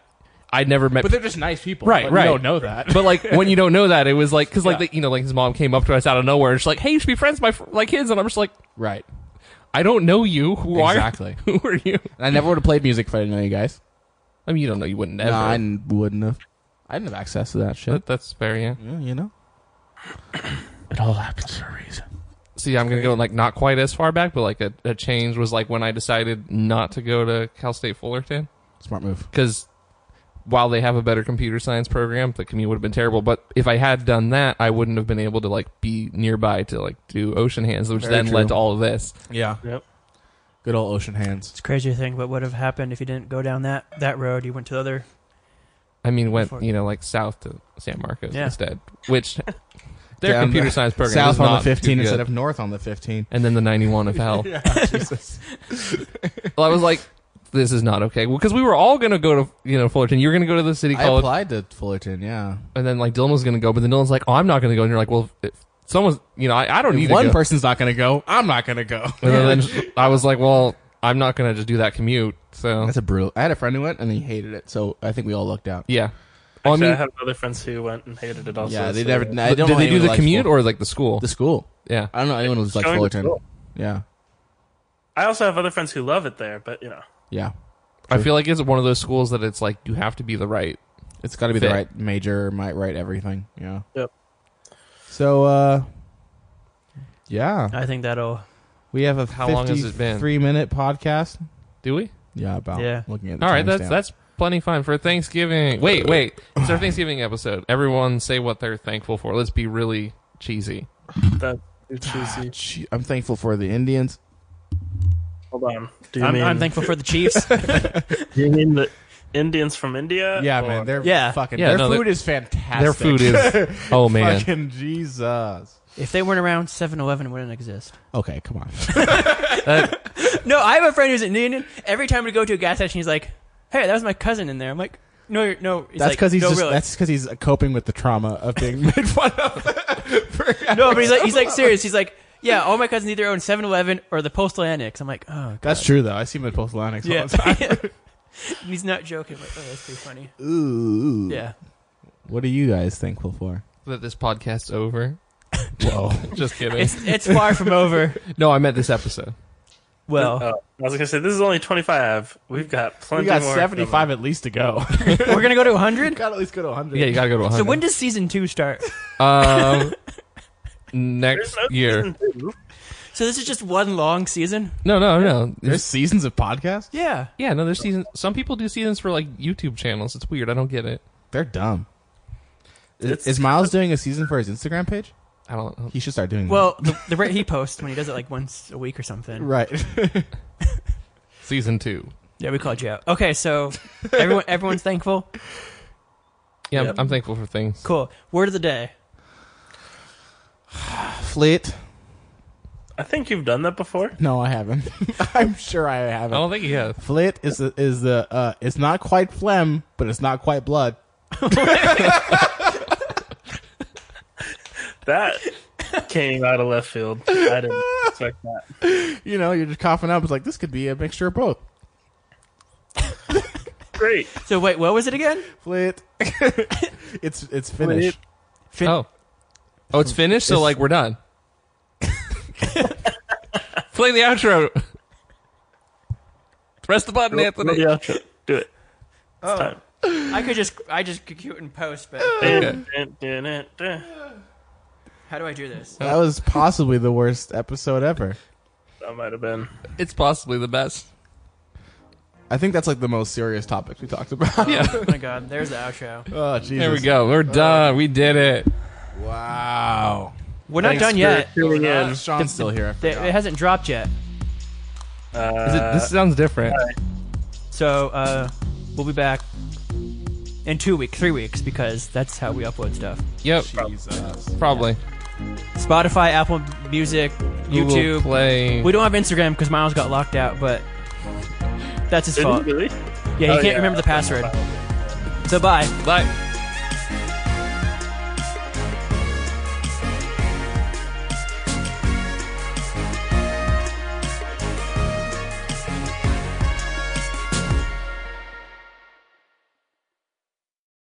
Speaker 2: I never met.
Speaker 1: but they're just nice people.
Speaker 2: Right,
Speaker 1: Like,
Speaker 2: right.
Speaker 1: You don't know that.
Speaker 2: But like when you don't know that, it was like because like
Speaker 1: Yeah.
Speaker 2: the, you know like his mom came up to us out of nowhere and she's like, "Hey, you should be friends, with my fr- like kids," and I'm just like,
Speaker 1: right.
Speaker 2: "I don't know you. Who
Speaker 1: Exactly.
Speaker 2: are who are you?"
Speaker 1: And I never would have played music if I didn't know you guys.
Speaker 2: I mean, you don't know. You wouldn't ever.
Speaker 1: No, I n- wouldn't have. I didn't have access to that shit.
Speaker 2: That- that's fair. Yeah.
Speaker 1: Yeah, you know.
Speaker 7: It all happens for a reason.
Speaker 2: See, I'm gonna go like not quite as far back, but like a, a change was like when I decided not to go to Cal State Fullerton
Speaker 1: Smart move.
Speaker 2: because while they have a better computer science program, the commute would have been terrible. But if I had done that, I wouldn't have been able to like be nearby to like do Ocean Hands, which
Speaker 1: Very
Speaker 2: then led
Speaker 1: true.
Speaker 2: to all of this.
Speaker 1: Yeah.
Speaker 4: Yep.
Speaker 1: Good old ocean hands.
Speaker 3: It's crazy to think what would have happened if you didn't go down that that road. You went to the other.
Speaker 2: I mean, went
Speaker 3: Before-
Speaker 2: you know like south to San Marcos
Speaker 3: Yeah.
Speaker 2: instead, which their
Speaker 1: Down
Speaker 2: computer
Speaker 1: the-
Speaker 2: science program is
Speaker 1: South on
Speaker 2: not
Speaker 1: the 15
Speaker 2: too good.
Speaker 1: instead of north on the 15.
Speaker 2: and then the 91 of hell. well, I was like, this is not okay. Well, because we were all gonna go to you know Fullerton. You were gonna go to the city
Speaker 1: I
Speaker 2: college,
Speaker 1: applied to Fullerton, yeah.
Speaker 2: and then like Dylan was gonna go, but then Dylan's like, oh, I'm not gonna go, and you're like, well, if someone's you know I, I don't need
Speaker 1: One
Speaker 2: to go.
Speaker 1: person's not going to go. I'm not going to go.
Speaker 2: And then, then I was like, well, I'm not gonna just do that commute. So
Speaker 1: That's a brutal. I had a friend who went and he hated it, so I think we all lucked out.
Speaker 2: yeah. Well,
Speaker 4: Actually, I,
Speaker 2: I mean,
Speaker 4: have other friends who went and hated it also.
Speaker 1: yeah, they
Speaker 4: so-
Speaker 1: never. I
Speaker 2: did
Speaker 1: don't know
Speaker 2: they do
Speaker 1: anyone who
Speaker 2: the
Speaker 1: likes
Speaker 2: commute
Speaker 1: Fullerton.
Speaker 2: or like the school?
Speaker 1: the school?
Speaker 2: yeah.
Speaker 1: I don't know anyone who's like
Speaker 4: Going to
Speaker 1: Fullerton.
Speaker 4: school.
Speaker 1: Yeah,
Speaker 4: I also have other friends who love it there, but you know,
Speaker 1: yeah.
Speaker 2: I feel like it's one of those schools that it's like you have to be the right.
Speaker 1: It's got to be the
Speaker 2: Fit.
Speaker 1: right major, might right everything. Yeah.
Speaker 4: Yep.
Speaker 1: So, uh, yeah,
Speaker 3: I think that'll.
Speaker 1: we have a
Speaker 2: How long has it been?
Speaker 1: Three minute podcast.
Speaker 2: Do we?
Speaker 1: Yeah, about
Speaker 3: Yeah.
Speaker 1: looking at. The
Speaker 2: All right,
Speaker 1: timestamp.
Speaker 2: that's that's plenty fine for Thanksgiving. Wait, wait, it's our Thanksgiving episode. Everyone say what they're thankful for. Let's be really cheesy.
Speaker 4: that's too cheesy.
Speaker 1: Gee, I'm thankful for the Indians.
Speaker 4: Hold on. Do you
Speaker 3: I'm,
Speaker 4: mean
Speaker 3: I'm thankful for the Chiefs.
Speaker 4: do you mean the Indians from India?
Speaker 1: Yeah,
Speaker 4: Or-
Speaker 1: man, they're
Speaker 3: Uh, Yeah.
Speaker 1: fucking.
Speaker 2: Yeah,
Speaker 1: their
Speaker 2: no,
Speaker 1: food
Speaker 2: they're-
Speaker 1: is fantastic.
Speaker 2: Their food is oh man.
Speaker 1: fucking Jesus.
Speaker 3: if they weren't around, 7-Eleven wouldn't exist.
Speaker 1: Okay, come on.
Speaker 3: No, I have a friend who's an Indian. Every time we go to a gas station, he's like, "Hey, that was my cousin in there." I'm like, "No, you're, no." He's
Speaker 1: that's
Speaker 3: like,
Speaker 1: because he's
Speaker 3: no,
Speaker 1: just.
Speaker 3: really."
Speaker 1: That's because he's coping with the trauma of being made fun of.
Speaker 3: no, but he's like, he's like serious. He's like, yeah, all my cousins either own 7-Eleven or the postal annex. I'm like, oh, God.
Speaker 1: That's true though. I see him at Postal Annex all
Speaker 3: yeah.
Speaker 1: the time.
Speaker 3: And He's not joking. I'm like, oh, that's pretty funny.
Speaker 1: Ooh.
Speaker 3: Yeah.
Speaker 1: What are you guys thankful for?
Speaker 2: that this podcast's over.
Speaker 1: Whoa.
Speaker 2: Just kidding.
Speaker 3: It's it's far from over.
Speaker 2: no, I meant this episode.
Speaker 3: Well,
Speaker 4: Oh, I was gonna say this is only twenty five. We've got plenty
Speaker 1: we got
Speaker 4: more.
Speaker 1: 75 at least to go.
Speaker 3: we're gonna go to 100.
Speaker 1: got at least go to 100.
Speaker 2: Yeah, you gotta go to 100.
Speaker 3: So when does season two start?
Speaker 2: um,
Speaker 4: There's
Speaker 2: next
Speaker 4: no
Speaker 2: year?
Speaker 4: season two.
Speaker 3: So this is just one long season.
Speaker 2: No, no, no.
Speaker 1: There's seasons of podcasts?
Speaker 3: Yeah.
Speaker 2: yeah, no. There's seasons. Some people do seasons for like YouTube channels. It's weird. I don't get it.
Speaker 1: They're dumb. Is,
Speaker 4: It's-
Speaker 1: is Miles doing a season for his Instagram page?
Speaker 2: I don't.
Speaker 1: He should start
Speaker 4: Mm.
Speaker 1: doing
Speaker 3: Well, the, the rate he posts when he does it like once a week or
Speaker 1: that.
Speaker 3: something.
Speaker 1: Right.
Speaker 2: Season two.
Speaker 3: Yeah, we called you out. Okay, so everyone everyone's thankful.
Speaker 2: Yeah, I'm, I'm thankful for things.
Speaker 3: Cool. Word of the day.
Speaker 1: Fleet.
Speaker 4: I think you've done that before.
Speaker 1: No, I haven't. I'm sure I
Speaker 2: I
Speaker 1: haven't.
Speaker 4: Oh.
Speaker 2: don't think you have.
Speaker 1: Flit is the, is the uh it's not quite phlegm, but it's not quite blood.
Speaker 4: That came out of left field. I didn't expect that.
Speaker 1: You know, you're just coughing up. It's like this could be a mixture of both.
Speaker 4: Great.
Speaker 3: So wait, what was it again?
Speaker 1: Flit. it's it's Finnish.
Speaker 3: Fin-
Speaker 2: Oh. Oh, it's finished, so
Speaker 1: It's-
Speaker 2: like we're done. Play the outro. Press the button,
Speaker 4: Roll
Speaker 2: Anthony.
Speaker 4: the outro. Do it. It's
Speaker 3: Oh,
Speaker 4: time.
Speaker 3: I could just I just could cute and post, but
Speaker 2: Okay.
Speaker 4: Dun, dun, dun, dun.
Speaker 3: how do I do
Speaker 4: Oh.
Speaker 3: this?
Speaker 1: That was possibly the worst episode ever.
Speaker 4: That might have been.
Speaker 2: It's possibly the best.
Speaker 1: I think that's like the most serious topics we talked about.
Speaker 3: Oh my god, there's the outro.
Speaker 1: oh Jesus.
Speaker 2: There we go. We're done. we did it.
Speaker 1: Wow.
Speaker 3: We're not
Speaker 4: Thanks
Speaker 3: done
Speaker 4: for
Speaker 3: yet.
Speaker 4: tuning in.
Speaker 1: Sean's still here. I
Speaker 3: They-
Speaker 1: forgot.
Speaker 3: it hasn't dropped yet.
Speaker 2: Is it
Speaker 4: Uh,
Speaker 2: this sounds different.
Speaker 3: So uh, we'll be back in two weeks, three weeks, because that's how we upload stuff.
Speaker 2: Yep,
Speaker 1: Jesus.
Speaker 2: probably.
Speaker 3: Spotify, Apple Music,
Speaker 2: Google
Speaker 3: YouTube.
Speaker 2: Play.
Speaker 3: We don't have Instagram because Miles got locked out, but that's his
Speaker 4: Did
Speaker 3: fault.
Speaker 4: you really?
Speaker 3: Yeah, he
Speaker 4: Oh,
Speaker 3: can't
Speaker 4: yeah.
Speaker 3: remember the password. So bye.
Speaker 2: Bye.